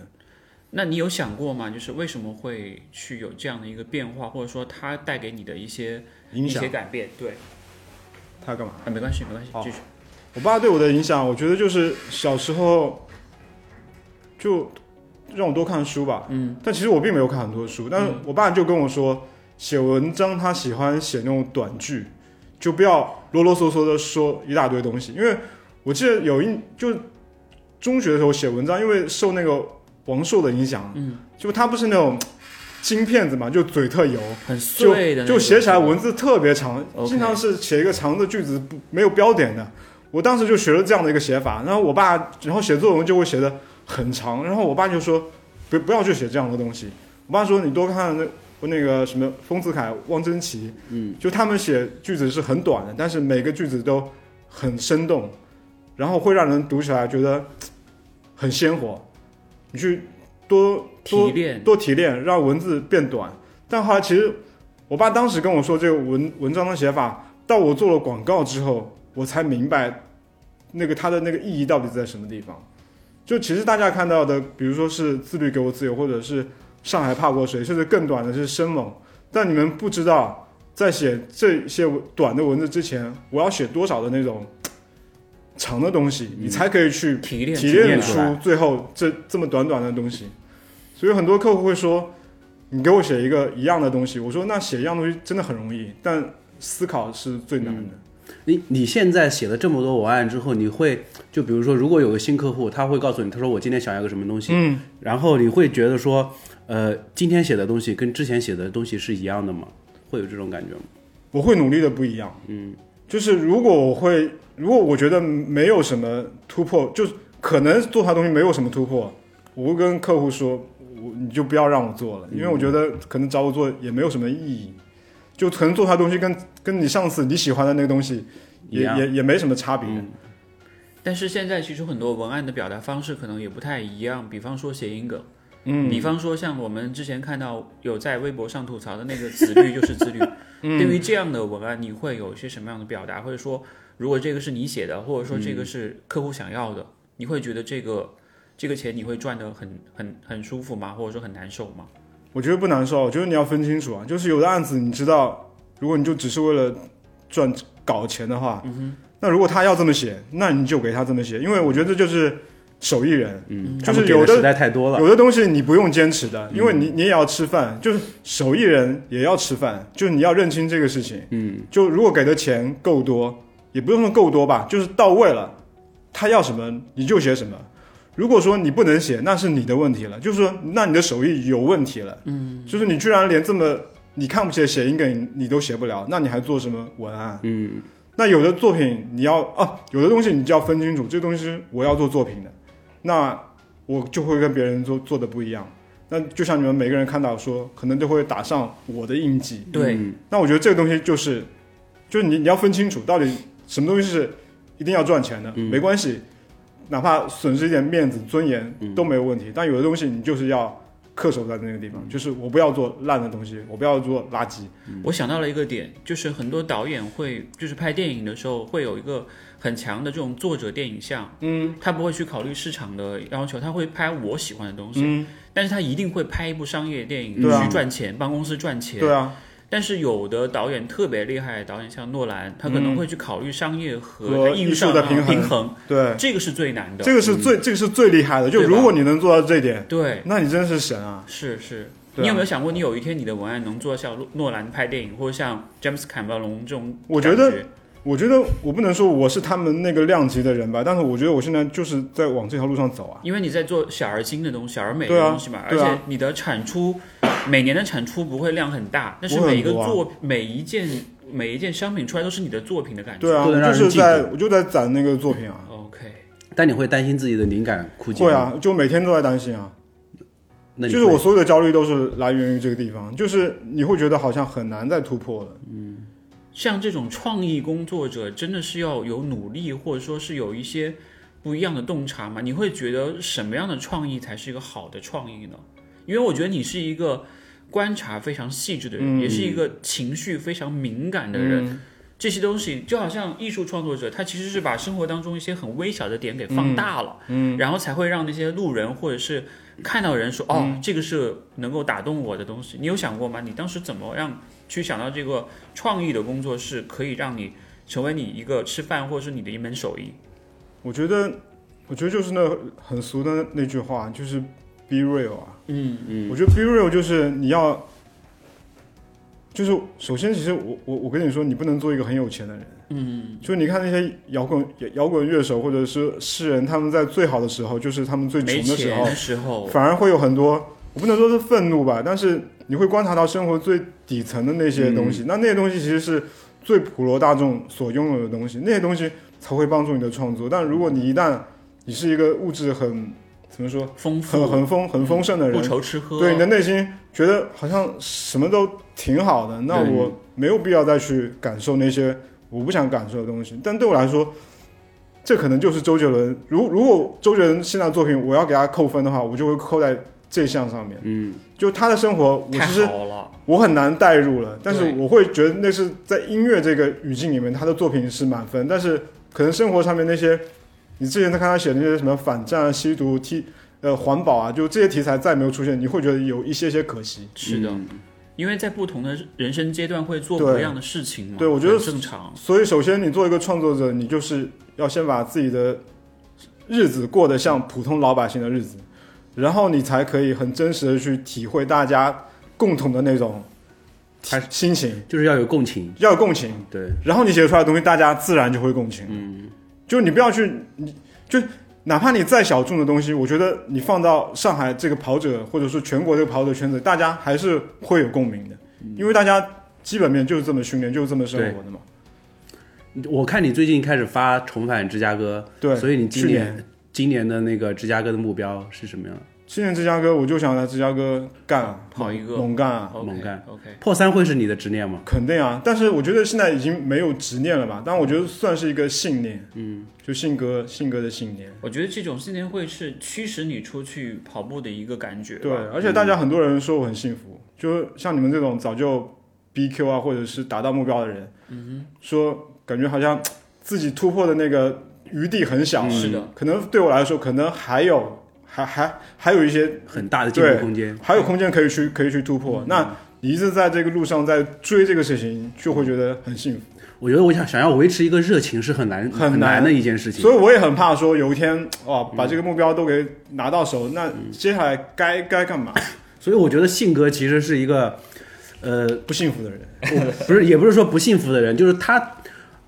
那你有想过吗？就是为什么会去有这样的一个变化，或者说它带给你的一些影一响些改变？对，他干嘛？啊，没关系，没关系，哦继续。我爸对我的影响，我觉得就是小时候就让我多看书吧。嗯，但其实我并没有看很多书，但是我爸就跟我说，写文章他喜欢写那种短句，就不要啰啰嗦嗦的说一大堆东西。因为我记得有一就中学的时候写文章，因为受那个王朔的影响，嗯，就他不是那种金片子嘛，就嘴特油，很就碎的那种就写起来文字特别长， OK 经常是写一个长的句子不没有标点的。我当时就学了这样的一个写法，然后我爸，然后写作文就会写的很长，然后我爸就说，不不要去写这样的东西。我爸说你多看那那个什么丰子恺、汪曾祺，嗯，就他们写句子是很短的，但是每个句子都很生动，然后会让人读起来觉得嘖很鲜活。你去多多提炼多提炼，让文字变短。但后来其实我爸当时跟我说这个文文章的写法，到我做了广告之后，我才明白那个它的那个意义到底在什么地方。就其实大家看到的，比如说是“自律给我自由”，或者是“上海怕过谁”，甚至更短的是“生猛”，但你们不知道，在写这些文短的文字之前，我要写多少的那种长的东西，你才可以去提炼提炼炼出出来最后这这么短短的东西。所以很多客户会说，你给我写一个一样的东西，我说那写一样东西真的很容易，但思考是最难嗯的。你你现在写了这么多文案之后，你会就比如说，如果有个新客户，他会告诉你，他说我今天想要个什么东西，嗯，然后你会觉得说，呃，今天写的东西跟之前写的东西是一样的吗？会有这种感觉吗？我会努力的不一样。嗯，就是如果我会，如果我觉得没有什么突破，就是可能做出来的东西没有什么突破，我会跟客户说，我你就不要让我做嗯了，因为我觉得可能找我做也没有什么意义，就可能做出来的东西跟跟你上次你喜欢的那个东西一也样嗯也也没什么差别。但是现在其实很多文案的表达方式可能也不太一样，比方说谐音梗，嗯，比方说像我们之前看到有在微博上吐槽的那个“自律就是自律”，对于这样的文案，你会有一些什么样的表达？或者说，如果这个是你写的，或者说这个是客户想要的，你会觉得这个这个钱你会赚得很很很舒服吗？或者说很难受吗？我觉得不难受，我觉得你要分清楚啊，就是有的案子你知道，如果你就只是为了赚搞钱的话，嗯那如果他要这么写，那你就给他这么写，因为我觉得这就是手艺人，嗯，就他们是给有的的实在太多了。嗯有的东西你不用坚持的，因为你你也要吃饭，就是手艺人也要吃饭，就是你要认清这个事情。嗯，就如果给的钱够多，也不用说够多吧，就是到位了，他要什么你就写什么。如果说你不能写，那是你的问题了，就是说那你的手艺有问题了。嗯，就是你居然连这么你看不起的谐音梗你都写不了，那你还做什么文案？嗯，那有的作品你要啊，有的东西你就要分清楚，这东西是我要做作品的，那我就会跟别人做做的不一样。那就像你们每个人看到说，可能就会打上我的印记。对，嗯那我觉得这个东西就是，就是你你要分清楚到底什么东西是一定要赚钱的，没关系，哪怕损失一点面子、尊严都没有问题。但有的东西你就是要恪守在那个地方，就是我不要做烂的东西，我不要做垃圾。我想到了一个点，就是很多导演会，就是拍电影的时候会有一个很强的这种作者电影像，嗯，他不会去考虑市场的要求，他会拍我喜欢的东西，嗯，但是他一定会拍一部商业电影对啊去赚钱，帮公司赚钱。对啊，但是有的导演特别厉害，导演像诺兰，他可能会去考虑商业和和艺艺术上的的平衡平衡，对，这个是最难的。这个是最这个是最厉害的。就对吧如果你能做到这一点，对，那你真是神啊！是是。对啊你有没有想过，你有一天你的文案能做像诺诺兰拍电影，或者像詹姆斯卡梅隆这种？我觉得，我觉得我不能说我是他们那个量级的人吧，但是我觉得我现在就是在往这条路上走啊。因为你在做小而精的东西、小而美对的啊东西嘛，而对啊且你的产出每年的产出不会量很大，但是不会很每一个多啊作、每一件每一件商品出来都是你的作品的感觉。对啊，不能我让就人是嫉妒在我就在攒那个作品啊， OK，但你会担心自己的灵感枯竭？会，啊，就每天都在担心啊。那你就是会我所有的焦虑都是来源于这个地方，就是你会觉得好像很难再突破了。像这种创意工作者，真的是要有努力，或者说是有一些不一样的洞察嘛？你会觉得什么样的创意才是一个好的创意呢？因为我觉得你是一个观察非常细致的人，嗯也是一个情绪非常敏感的人。嗯，这些东西就好像艺术创作者，他其实是把生活当中一些很微小的点给放大了，嗯，然后才会让那些路人或者是看到人说，哦，这个是能够打动我的东西。你有想过吗？你当时怎么样去想到这个创意的工作是可以让你成为你一个吃饭或者是你的一门手艺？我觉得，我觉得就是那很俗的那句话，就是 be real 啊。嗯，我觉得 be real 就是你要，就是首先，其实我我我跟你说，你不能做一个很有钱的人。嗯，就是你看那些摇滚摇滚乐手或者是诗人，他们在最好的时候，就是他们最穷没的时钱候，的时候，反而会有很多，我不能说是愤怒吧，但是你会观察到生活最底层的那些东西。那那些东西其实是最普罗大众所拥有的东西，那些东西才会帮助你的创作。但如果你一旦你是一个物质很怎么说，丰富很很丰很丰盛的不人，愁吃喝，对你的内心觉得好像什么都挺好的，那对我没有必要再去感受那些我不想感受的东西。但对我来说，这可能就是周杰伦。如如果周杰伦现在的作品我要给他扣分的话，我就会扣在这项上面。嗯，就他的生活，我太其实嗯好了，我很难代入了，但是对我会觉得那是在音乐这个语境里面，他的作品是满分，但是可能生活上面那些，你之前在看他写的那些什么反战啊、吸毒、踢呃环保啊，就这些题材再没有出现，你会觉得有一些些可惜。是的，嗯因为在不同的人生阶段会做对不一样的事情嘛，对我觉得很正嗯常，所以，首先你做一个创作者，你就是要先把自己的日子过得像普通老百姓的日子，然后你才可以很真实的去体会大家共同的那种体还心情，就是要有共情，要有共情。对，然后你写出来的东西，大家自然就会共情。嗯，就你不要去，你就哪怕你再小众的东西，我觉得你放到上海这个跑者，或者说全国这个跑者圈子，大家还是会有共鸣的，因为大家基本面就是这么训练，就是这么生活的嘛。我看你最近开始发重返芝加哥，对，所以你今去年今年的那个芝加哥的目标是什么样？去年芝加哥，我就想来芝加哥干啊，跑一个猛干啊，猛干，OK，破三会是你的执念吗？肯定啊。但是我觉得现在已经没有执念了吧，但我觉得算是一个信念，嗯，就性格性格的信念。我觉得这种信念会是驱使你出去跑步的一个感觉，对，，而且大嗯家很多人说我很幸福，就是像你们这种早就 BQ 啊，或者是达到目标的人，嗯哼，说感觉好像自己突破的那个余地很小，嗯是的，可能对我来说，可能还有还还还有一些很大的进步空间。还有空间可以去可以去突嗯破。那你一直在这个路上在追这个事情，就会觉得很幸福。我觉得我想想要维持一个热情是很难很很难难的一件事情所。以我也很怕说有一天哇，嗯把这个目标都给拿到手，那接下来该该干嘛？所以我觉得性格其实是一个，呃，不幸福的人，我不是也不是说不幸福的人，就是他，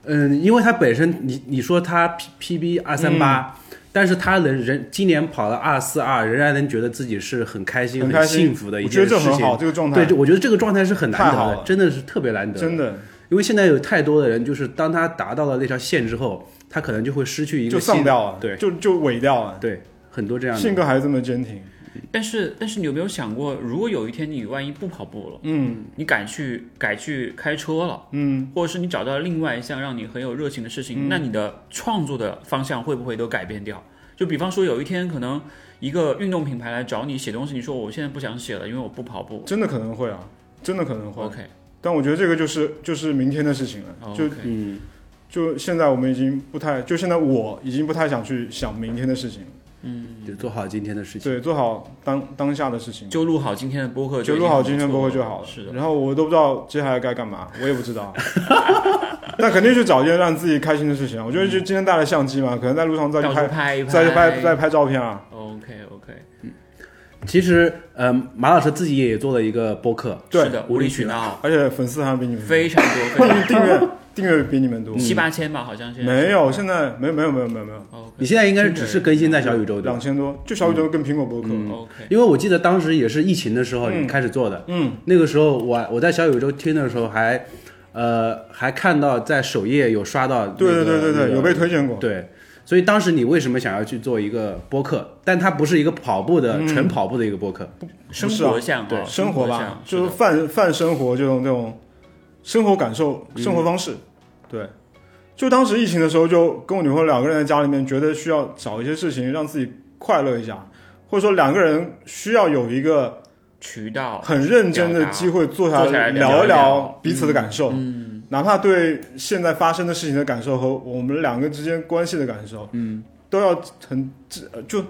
嗯，因为他本身你你说他 P P B 二三八，嗯但是他能人今年跑了二四二，仍然能觉得自己是很开心、很很开心幸福的一我觉件得这事很好，情。这个状态对，就我觉得这个状态是很难太好得了的，真的是特别难得。真的。因为现在有太多的人，就是当他达到了那条线之后，他可能就会失去一就个上新吊了，对就就萎掉了。对，很多这样性的。格还是这么坚挺，但是但是你有没有想过，如果有一天你万一不跑步了，嗯你改去改去开车了，嗯，或者是你找到了另外一项让你很有热情的事情，那你的创作的方向会不会都改变掉？就比方说有一天可能一个运动品牌来找你写东西，你说我现在不想写了，因为我不跑步。真的可能会啊，真的可能会。 OK，哦但我觉得这个就是就是明天的事情了，就 OK，嗯，就现在我们已经不太，就现在我已经不太想去想明天的事情了，就做好今天的事情。对，做好当当下的事情，就录好今天的播客，就录好今天播客就好了。是的，然后我都不知道接下来该干嘛，我也不知道。那肯定去找一件让自己开心的事情啊！我觉得就今天带了相机嘛，可能在路上再去到处拍，拍一再去拍再拍照片啊。 OK OK，其实，呃，马老师自己也做了一个播客，对是的，无理取闹而且粉丝还比你们多非常多，非 (laughs) 常 (laughs) 订阅订阅比你们多多，七八千吧，好像现在嗯没有，现在没有没有没有没有没有， OK，你现在应该是只是更新在小宇宙的两，千多，就小宇宙跟苹果博客， OK，因为我记得当时也是疫情的时候你开始做的。嗯，那个时候我我在小宇宙听的时候还，呃，还看到在首页有刷到、那个，对对对对嗯那对，个有被推荐过，对，所以当时你为什么想要去做一个播客？但它不是一个跑步的、纯跑步的一个播客，生不是啊活项对哦生活吧项，就是是的泛泛生活这种这种生活感受、生活方式，对。就当时疫情的时候，就跟我女朋友两个人在家里面，觉得需要找一些事情让自己快乐一下，或者说两个人需要有一个渠道，很认真的机会坐下坐下来来聊聊一一聊聊彼此的感受，嗯，哪怕对现在发生的事情的感受和我们两个之间关系的感受，嗯，都要很呃就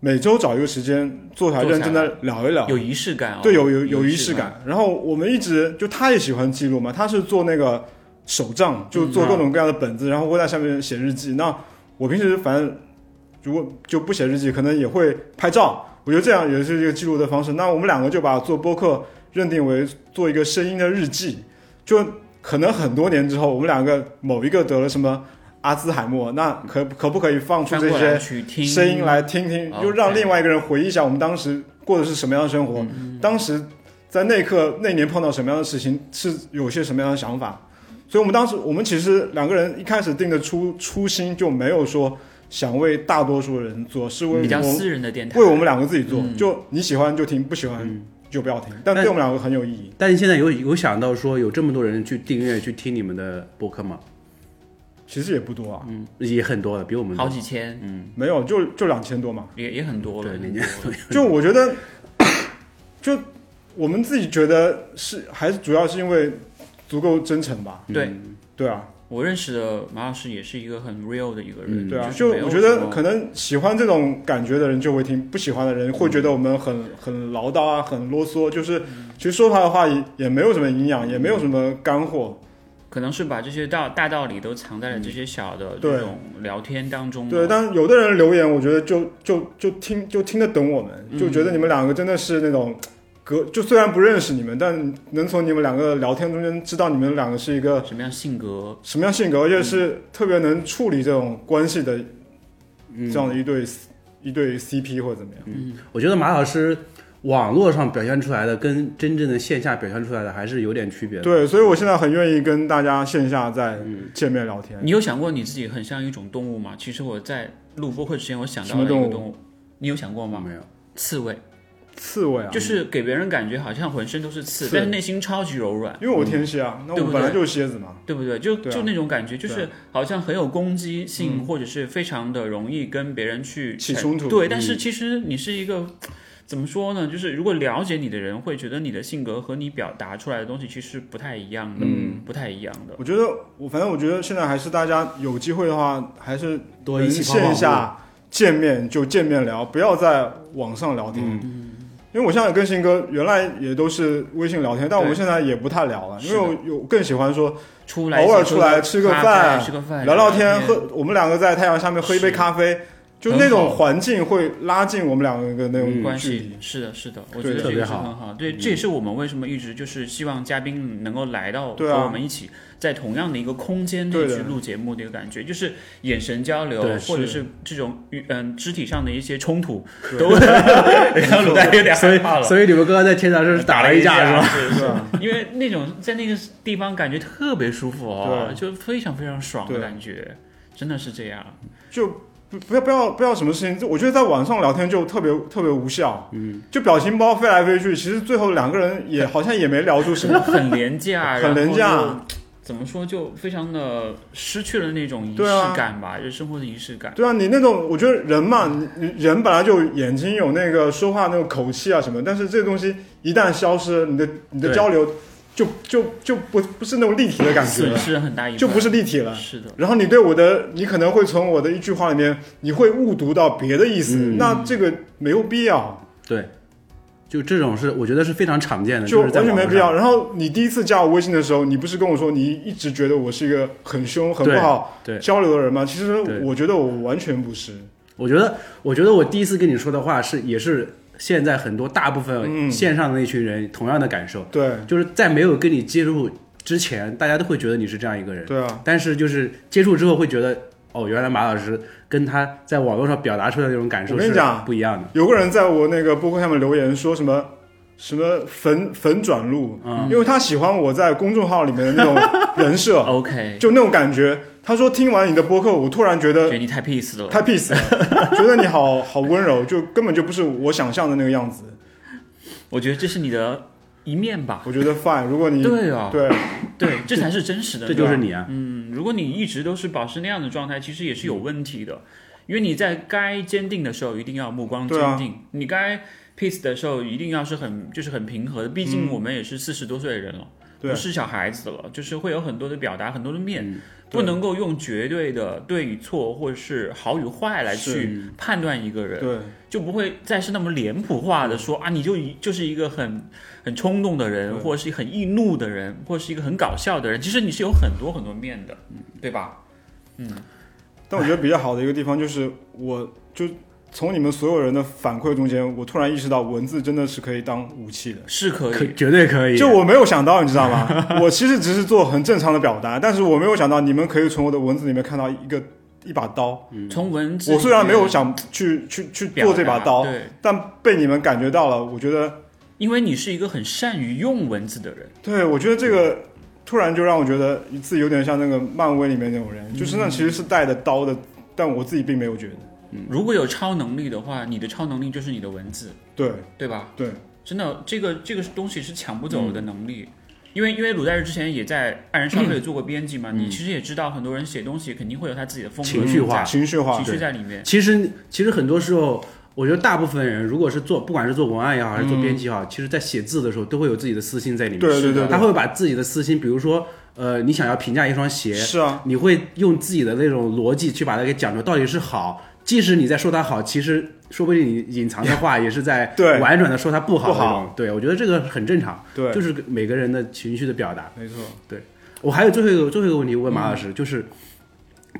每周找一个时间坐下来坐下认来真的聊一聊，有仪式感哦，对有有有仪式式，感。然后我们一直就他也喜欢记录嘛，他是做那个手账，就做嗯各种各样的本子，然后会在上面写日记。那我平时反正如果就不写日记，可能也会拍照。我觉得这样也是一个记录的方式。那我们两个就把做播客认定为做一个声音的日记，就可能很多年之后，我们两个某一个得了什么阿兹海默，那可可不可以放出翻这过些来去听哦声音来听听， OK 就让另外一个人回忆一下我们当时过的是什么样的生活，嗯当时在那一刻那年碰到什么样的事情，是有些什么样的想法。所以我们当时我们其实两个人一开始定的初初心就没有说想为大多数人做，是为比较我私人的电台，为我们两个自己做，嗯就你喜欢就听，不喜欢就不要听，但但对我们两个很有意义。但是现在有有想到说有这么多人去订阅去听你们的播客吗？其实也不多啊，嗯，也很多的，比我们多好几千，没有，就就两千多嘛。也也很多了，对很人多家了就我觉得，就我们自己觉得是，还是主要是因为足够真诚吧。对对啊，我认识的马老师也是一个很 real 的一个嗯人，对啊，就就是没有我觉什得么可能喜欢这种感觉的人就会听，不喜欢的人会觉得我们很嗯很唠叨啊，很啰嗦。就是其实说出来的话也也没有什么营养，也没有什么干货。可能是把这些道大道理都藏在了这些小的嗯对这种聊天当中。对，但有的人留言，我觉得就就就听就听得懂我们，嗯就觉得你们两个真的是那种。隔就虽然不认识你们，但能从你们两个聊天中间知道你们两个是一个哦什么样性格？什么样性格，而且是特别能处理这种关系的嗯这样的一对、一对 CP 或者怎么样。我觉得马老师网络上表现出来的跟真正的线下表现出来的还是有点区别的。对，所以我现在很愿意跟大家线下再嗯见面聊天。你有想过你自己很像一种动物吗？其实我在录播客之前，我想到了一个什么动物动物，你有想过吗？没有，刺猬，刺猬啊，就是给别人感觉好像浑身都是刺，刺但是内心超级柔软，因为我天蝎啊，那对我不本来嗯对就是蝎子嘛。对不对？就对啊就那种感觉，就对啊嗯是好像很有攻击性，或者是非常的容易跟别人去起冲突嗯对，但是其实你是一个。怎么说呢？就是如果了解你的人会觉得你的性格和你表达出来的东西其实不太一样的，嗯、不太一样的。我觉得我反正我觉得现在还是大家有机会的话，还是多一起能跑跑步线下见面就见面聊，不要在网上聊天。嗯因为我现在跟新哥原来也都是微信聊天，但我们现在也不太聊了，因为我有更喜欢说出来偶尔一起出来吃吃个咖饭啡吃个饭，聊聊天天，，喝我们两个在太阳下面喝一杯是咖啡，就哎很那好种环境会拉近我们两个的那嗯种关距离系。是的，是的，我觉对得特这别个是好很好。对，这也是我们为什么一直就是希望嘉宾能够来到和对啊我们一起在同样的一个空间内对的去录节目的一个感觉，就是眼神交流对，或者是是这种语嗯肢体上的一些冲突对都。然后鲁丹有点所害以怕了，所以你们刚刚在天台是打了一架是吧？吧？是对啊因为那种在那个地方感觉特别舒服哦，对就非常非常爽的对感觉，真的是这样。就不不要不要不要什么事情，就我觉得在网上聊天就特别特别无效，嗯，就表情包飞来飞去，其实最后两个人也好像也没聊 (laughs) 出什么，很廉价， (laughs) 很廉价然后就。怎么说就非常的失去了那种仪式对啊感吧，就是生活的仪式感。对啊，你那种我觉得人嘛， (laughs) 你你人本来就眼睛有那个说话那种口气啊什么，但是这个东西一旦消失，你的你的对交流就就就不不是那种立体的感觉损了，失很大一部分，就不是立体了。是的，然后你对我的，你可能会从我的一句话里面，你会误读到别的意思，嗯那这个没有必要，对，就这种是我觉得是非常常见的，就是完在全没网必要。上。然后你第一次加我微信的时候，你不是跟我说你一直觉得我是一个很凶、很不好对，交流的人吗？其实对我觉得我完全不是。我觉得我觉得我第一次跟你说的话是也是现在很多大部分嗯线上的那群人同样的感受，对，就是在没有跟你接触之前，大家都会觉得你是这样一个人。对啊，但是就是接触之后会觉得，哦，原来马老师跟他在网络上表达出来的那种感受我跟是你讲不一样的。有个人在我那个播客下面留言说什么什么粉粉转录，嗯因为他喜欢我在公众号里面的那种 (laughs) 人设， OK，就那种感觉。他说听完你的播客，我突然觉觉得得你太 peace 了，太 peace 了， (laughs) 觉得你好好温柔，就根本就不是我想象的那个样子。我觉得这是你的一面吧。我觉得 fine，如果你对啊，对对，这才是真实的。这就是你啊，嗯，如果你一直都是保持那样的状态，其实也是有嗯问题的，因为你在该坚定的时候一定要目光对啊坚定，你该 peace 的时候一定要是很就是很平和的，毕竟我们也是四十多岁的人了，嗯对嗯不是小孩子了，就是会有很多的表达，很多的面。对不能够用绝对的对与错，或者是好与坏来是去判断一个人，对。就不会再是那么脸谱化嗯的说啊，你就一就是一个很很冲动的人，对或者是很易怒的人，或者是一个很搞笑的人。其实你是有很多很多面的，嗯对吧？但我觉得比较好的一个地方就是，我就从你们所有人的反馈中间，我突然意识到文字真的是可以当武器的。是可以，可绝对可以。啊就我没有想到，你知 (laughs) 道吗？我其实只是做很正常的表达，但是我没有想到你们可以从我的文字里面看到一个一把刀。从文字，我虽然没有想去去去做这把刀，对，但被你们感觉到了，我觉得，因为你是一个很善于用文字的人，对我觉得这个突然就让我觉得自己有点像那个漫威里面那种人，嗯就身上其实是带着刀的，但我自己并没有觉得。如果有超能力的话，你的超能力就是你的文字，对对吧？对，真的，这个这个东西是抢不嗯走的能力。因为因为鲁代日之前也在《爱人消费》做过编辑嘛，你其实也知道，很多人写东西肯定会有他自己的风格情绪化在嗯情绪化情，绪在里面。其实其实很多时候，我觉得大部分人如果是做不管是做文案也好，还嗯是做编辑也好，其实在写字的时候都会有自己的私心在里面。对对对他对，会把自己的私心，比如说，呃，你想要评价一双鞋，是啊，你会用自己的那种逻辑去把它给讲出到底是好。即使你在说它好，其实说不定你隐藏的话也是在对婉转的说它不好不那好种。对，我觉得这个很正常，对，就是每个人的情绪的表达。没错，我还有最后一个最后一个问题问马老嗯师，就是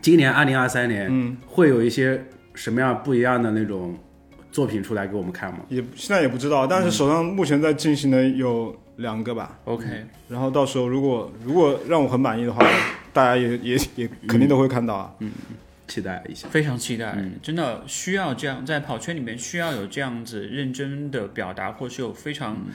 今年二零二三年，会有一些什么样不一样的那种作品出来给我们看吗？也现在也不知道，嗯但是手上目前在进行的有两个吧， OK，嗯然后到时候如果如果让我很满意的话，大家也也也嗯肯定都会看到啊。期待一下。非常期待，嗯真的需要这样在跑圈里面需要有这样子认真的表达，或是有非常、嗯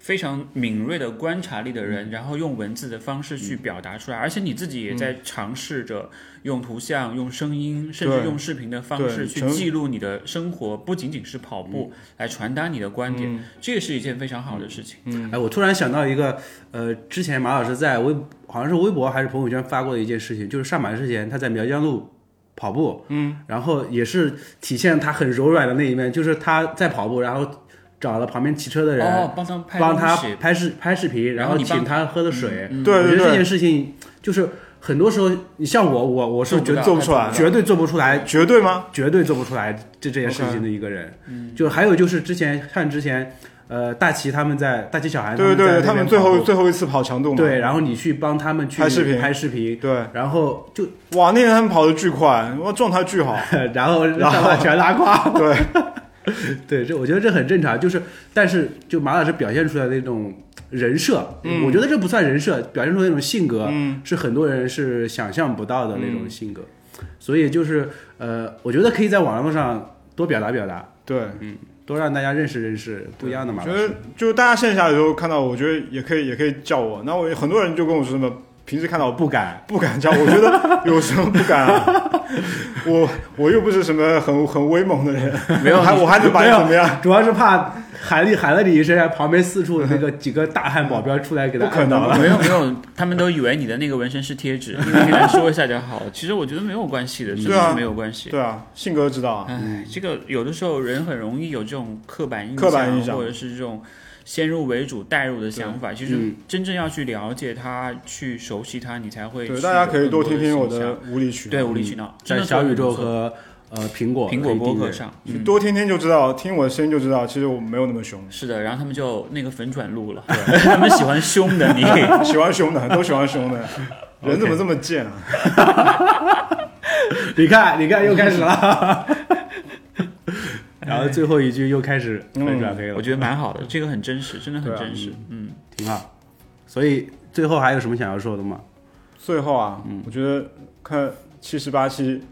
非常敏锐的观察力的人，然后用文字的方式去表达嗯出来，而且你自己也在尝试着用图像、用声音，甚至对用视频的方对式去成记录你的生活，不仅仅是跑步、嗯来传达你的观点，这也是一件非常好的事情。哎，我突然想到一个，呃，之前马老师在微好像是微博还是朋友圈发过的一件事情，就是上马之前他在苗江路跑步，嗯，然后也是体现他很柔软的那一面，就是他在跑步，然后找了旁边骑车的人。哦，帮他们拍帮他东西拍视拍视频，然然后后你帮嗯请他喝的水。对我觉得对对这件事情就是很多时候，你像我，我我是不绝到做不出来绝对做不出来，哎绝对吗？绝对做不出来这这件事情的一个人。嗯就还有就是之前看之前，呃，大齐他们在大齐小孩对对对，在他那边们最跑后步最后一次跑强度嘛，对，然后你去帮他们去拍视频拍视频，对，然后就 (laughs) 哇，那天他们跑的巨快，哇，状态巨好，然后然后再把全拉胯。 (laughs) 对， (laughs) 对，这我觉得这很正常，就是但是就马老师表现出来的那种人设，嗯我觉得这不算人设，表现出那种性格、嗯是很多人是想象不到的那种性格，所以就是呃，我觉得可以在网络上多表达表达，对，多让大家认识认识不一样的马我老觉师。得就大家线下的时候看到我，我觉得也可以，也可以叫我。那我很多人就跟我说什么，平时看到我不不敢，不敢 (laughs) 叫，我觉得有什么不敢啊？ (laughs) 我我又不是什么很很威猛的人，没有我还我还能把你没有怎么样？主要是怕喊你喊了你一声，旁边四处那个几个大汉保镖出来给他不可按倒能啊了。没有没有，他们都以为你的那个纹身是贴 (laughs) 纸，你跟人说一下就好了。其实我觉得没有关系的，真对的啊是没有关系。对啊，性格知道啊，嗯哎，这个有的时候人很容易有这种刻板印刻板印象或者是这种先入为主、代入的想法。其实嗯真正要去了解它、去熟悉它，你才会对，去大家可以有更多的听听我形象的无理取闹，对无理取闹，真在嗯的小宇宙做得和呃苹果不错苹果播可以订客阅上。，去多听听就知道，听我的声音就知道，其实我没有那么凶是的，然后他们就那个粉转路了， (laughs) 他们喜欢凶的 (laughs) 你。喜欢凶的都喜欢 (laughs) 凶的，人怎么这么贱啊？你看，你看，又开始 (laughs) 了。 (laughs) 然后最后一句又开始反转黑了，嗯我觉得蛮好的，这个很真实，真的很对啊真实。嗯，挺好。所以最后还有什么想要说的吗？最后啊，我觉得看七十八期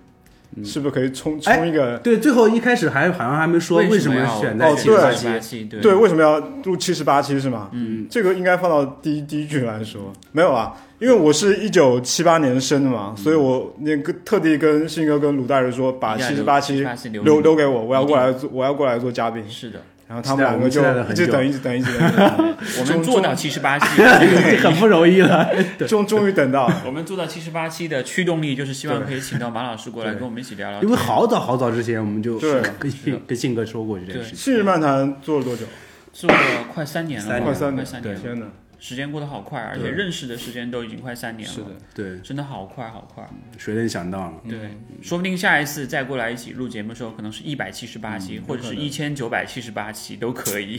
是不是可以冲哎冲一个？对，最后一开始还好像还没说嗯为什么要选在哦七对十八七八期，期，对对，为什么要录七十八期是吗？嗯，这个应该放到第一第一句来说，没有啊，因为我是一九七八年生的嘛，所以我那个特地跟信哥跟鲁大人说，把一定七要十留八期78期留留着留给我，我要过来做，我要过来做嘉宾。是的，然后他们两个就期啊待我们一期待了直等，很一直等，一直等，我终们做到终七十八期， (laughs) 已经很不容易 (laughs) 了。终终于等到了。我们做到七十八期的驱动力就是希望可以请到马老师过来跟我们一起聊聊因天。为好早好早之前我们就对跟信跟信哥说过这件事情，信日漫谈做了多久？做了快三年了吧，三年快快三年，年，天哪！时间过得好快，而且认识的时间都已经快三年了，是的，嗯对，真的好快好快。谁能想到呢？对，说不定下一次再过来一起录节目的时候，可能是一百七十八嗯期，或者是一千九百七十八期都可以。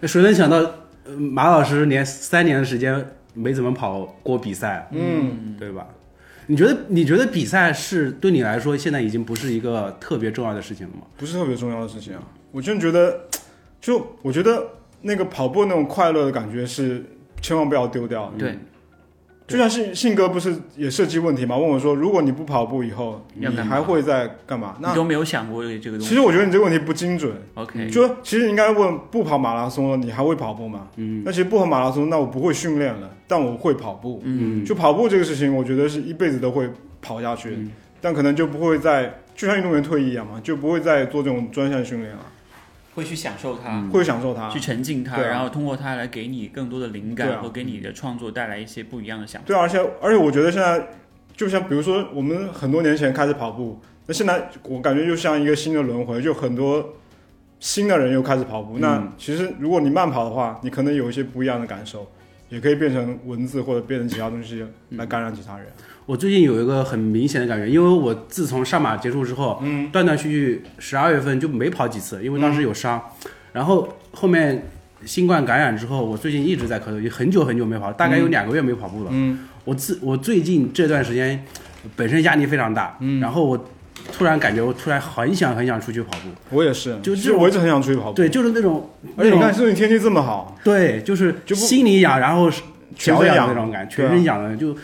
那谁能想到，呃马老师连三年的时间没怎么跑过比赛，嗯，对吧？你觉得你觉得比赛是对你来说现在已经不是一个特别重要的事情了吗？不是特别重要的事情啊。我真觉得，就我嗯觉得那个跑步那种快乐的感觉是千万不要丢掉。对，就像信信哥不是也设计问题嘛？问我说，如果你不跑步以后，你要干嘛还会在干嘛？你那都没有想过这个东西。哎其实嗯我觉得你这个问题不精准。 OK，就说其实应该问不跑马拉松了，你还会跑步吗？嗯，那其实不跑马拉松，那我不会训练了，但我会跑步。嗯，就跑步这个事情，我觉得是一辈子都会跑下去，嗯但可能就不会再就像运动员退役一样嘛，就不会再做这种专项训练了，会去享受它，会享受它去。沉浸它，对啊然后通过它来给你更多的灵对感啊和给你的创作带来一些不一样的想法。对啊，而且而且我觉得现在就像比如说我们很多年前开始跑步，那现在我感觉就像一个新的轮回，就很多。新的人又开始跑步，那嗯其实如果你慢跑的话，你可能有一些不一样的感受，也可以变成文字或者变成其他东西来感染其他人。我最近有一个很明显的感觉，因为我自从上马结束之后，嗯，断断续续十二月份就没跑几次，因为嗯当时有伤，然后后面新冠感染之后，我最近一直在咳嗽，已经很久很久没跑，大概有两个月没跑步了。嗯，我自我最近这段时间本身压力非常大，嗯，然后我突然感觉我突然很想很想出去跑步，我也是，就其这实种我一直很想出去跑步，对，就是那种而且你那看种最近天气这么好，对，就是就不心里痒，然后全脚身痒的痒那种感，对全啊身痒的就，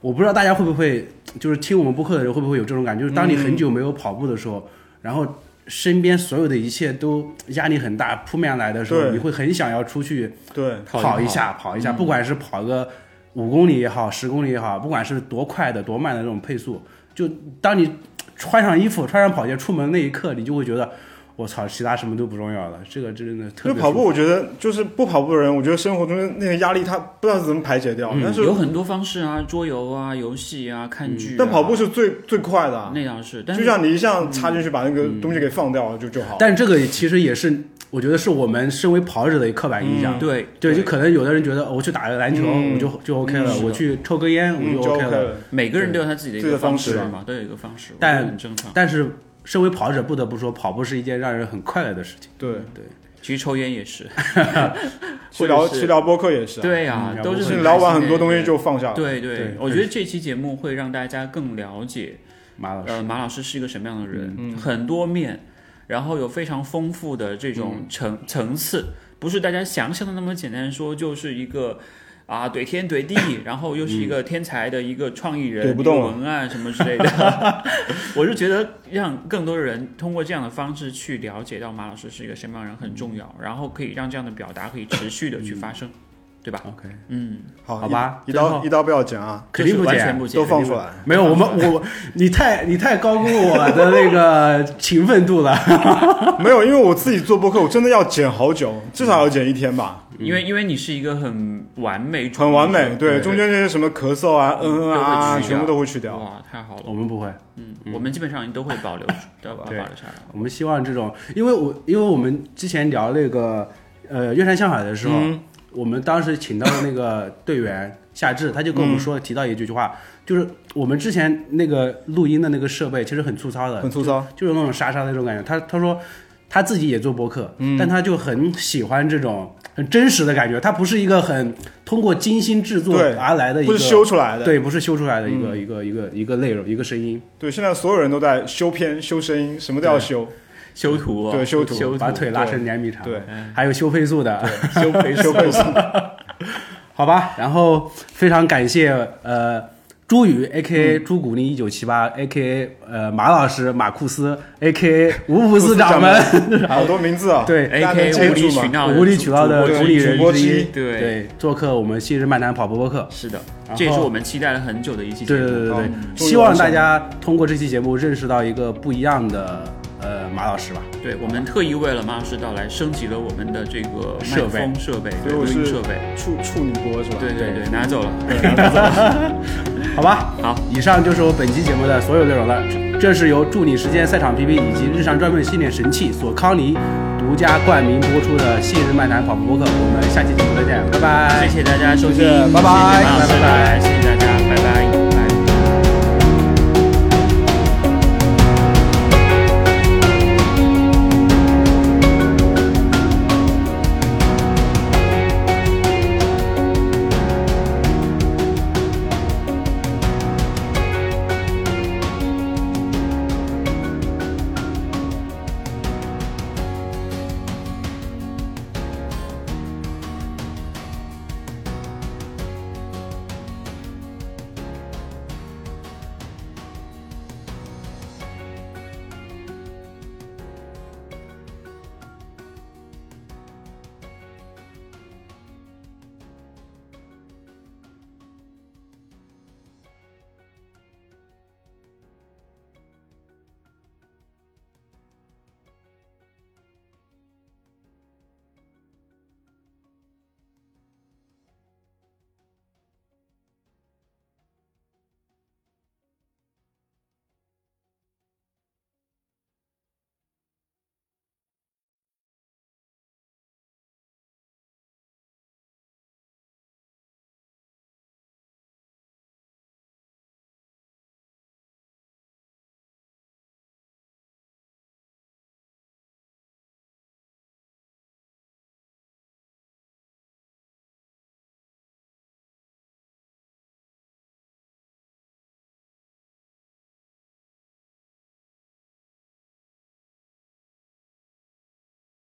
我不知道大家会不会，就是听我们播客的人会不会有这种感觉，就是嗯当你很久没有跑步的时候，然后身边所有的一切都压力很大扑面来的时候，对你会很想要出去对，跑一跑一跑下，跑一嗯下，不管是跑个五公里也好，十公里也好，不管是多快的、多慢的那种配速，就当你穿上衣服、穿上跑鞋出门那一刻，你就会觉得。我操，其他什么都不重要了，这个真的特就别跑步，舒服我觉得就是不跑步的人，我觉得生活中那个压力他不知道是怎么排解掉，嗯嗯但是嗯嗯有很多方式啊，桌游啊、游戏啊、看剧啊、但跑步是最最快的啊，那样是，但就是像你一下插进去把那个东西给放掉了就就好。但这个其实也是，我觉得是我们身为跑者的一刻板印象。嗯对对，就可能有的人觉得哦我去打个篮球，嗯我就就 OK 嗯了，是的我去抽根烟，嗯，我就 OK OK 了。了。每个人都有他自己的一自己个的方方式嘛，都有一个方式，我但觉得很正常。但是身为跑者不得不说，跑步是一件让人很快乐的事情。对，其实抽烟也是，去聊或者是去聊播客也是啊，对啊嗯，都是就是很聊完开心很多的东西。就放下了。对对对我觉得这期节目会让大家更了解，马老师，呃，马老师是一个什么样的人，嗯很多面，然后有非常丰富的这嗯种层、层次，不是大家想象的那么简单说就是一个。啊，怼天怼地，然后又是一个天才的一个创意人，嗯怼不动一个啊文案什么之类的。 (laughs) 我是觉得让更多的人通过这样的方式去了解到马老师是一个什么样的人很重要，嗯然后可以让这样的表达可以持续的去发生，对吧？ OK，嗯，好，好吧一一最刀后一刀不要剪啊，肯定就是不完剪全不剪，都放出来。没有我们我你太你太高估我的那个勤奋度了。没有，因为我自己做播客，我真的要剪好久，至少要剪一天吧，因为因为你是一个很完美主义者，嗯很完美。对，对，中间那些什么咳嗽啊、嗯嗯都啊会啊，去掉全部都会去掉。哇，太好了，我们不会，嗯，我们基本上都会保留，都保对保留下来。我们希望这种，因为我因为我们之前聊那个呃《月山向海》的时候，嗯我们当时请到的那个队员夏至，他就跟我嗯们说、提到一句句话，就是我们之前那个录音的那个设备其实很粗糙的，很粗糙，就是那种沙沙的那种感觉。他他说他自己也做播客，嗯但他就很喜欢这种很真实的感觉，他不是一个很通过精心制作对而来的一不个是修出来的。嗯对，不是修出来的一个、一个一个一个内容一个声音，对，现在所有人都在修片、修声音，什么都要修。修图哦，对修图修把腿拉对成两米长，对，还有修配速的，修配 (laughs) 修配色。好吧，然后非常感谢呃朱宇 A K A 朱古力一九七八 A K A 呃马老师马库斯 A K A 五五四掌门，好多名字啊，对大家 A 能 K 无记得理取住吗？闹的无理取闹的主主播理之人主播之一之一，对对，做客我们昔日漫谈跑步播客，是的，然后这也是我们期待了很久的一期节对对目。对对对嗯，希望大家通过这期节目认识到一个不一样的呃马老师吧，对我们特意为了马老师到来，升级了我们的这个麦克风设备、所对以我录音是设备。处处女播是吧？对对对，拿走了。好吧，好，以上就是我本期节目的所有内容了。这这是由助你实践赛场 PP 以及日常专门训练神器索康尼独家冠名播出的《信日漫谈跑步播客》，我们下期节目再见，拜拜。谢谢大家收听，谢谢拜拜谢谢马老师拜拜来，谢谢大家。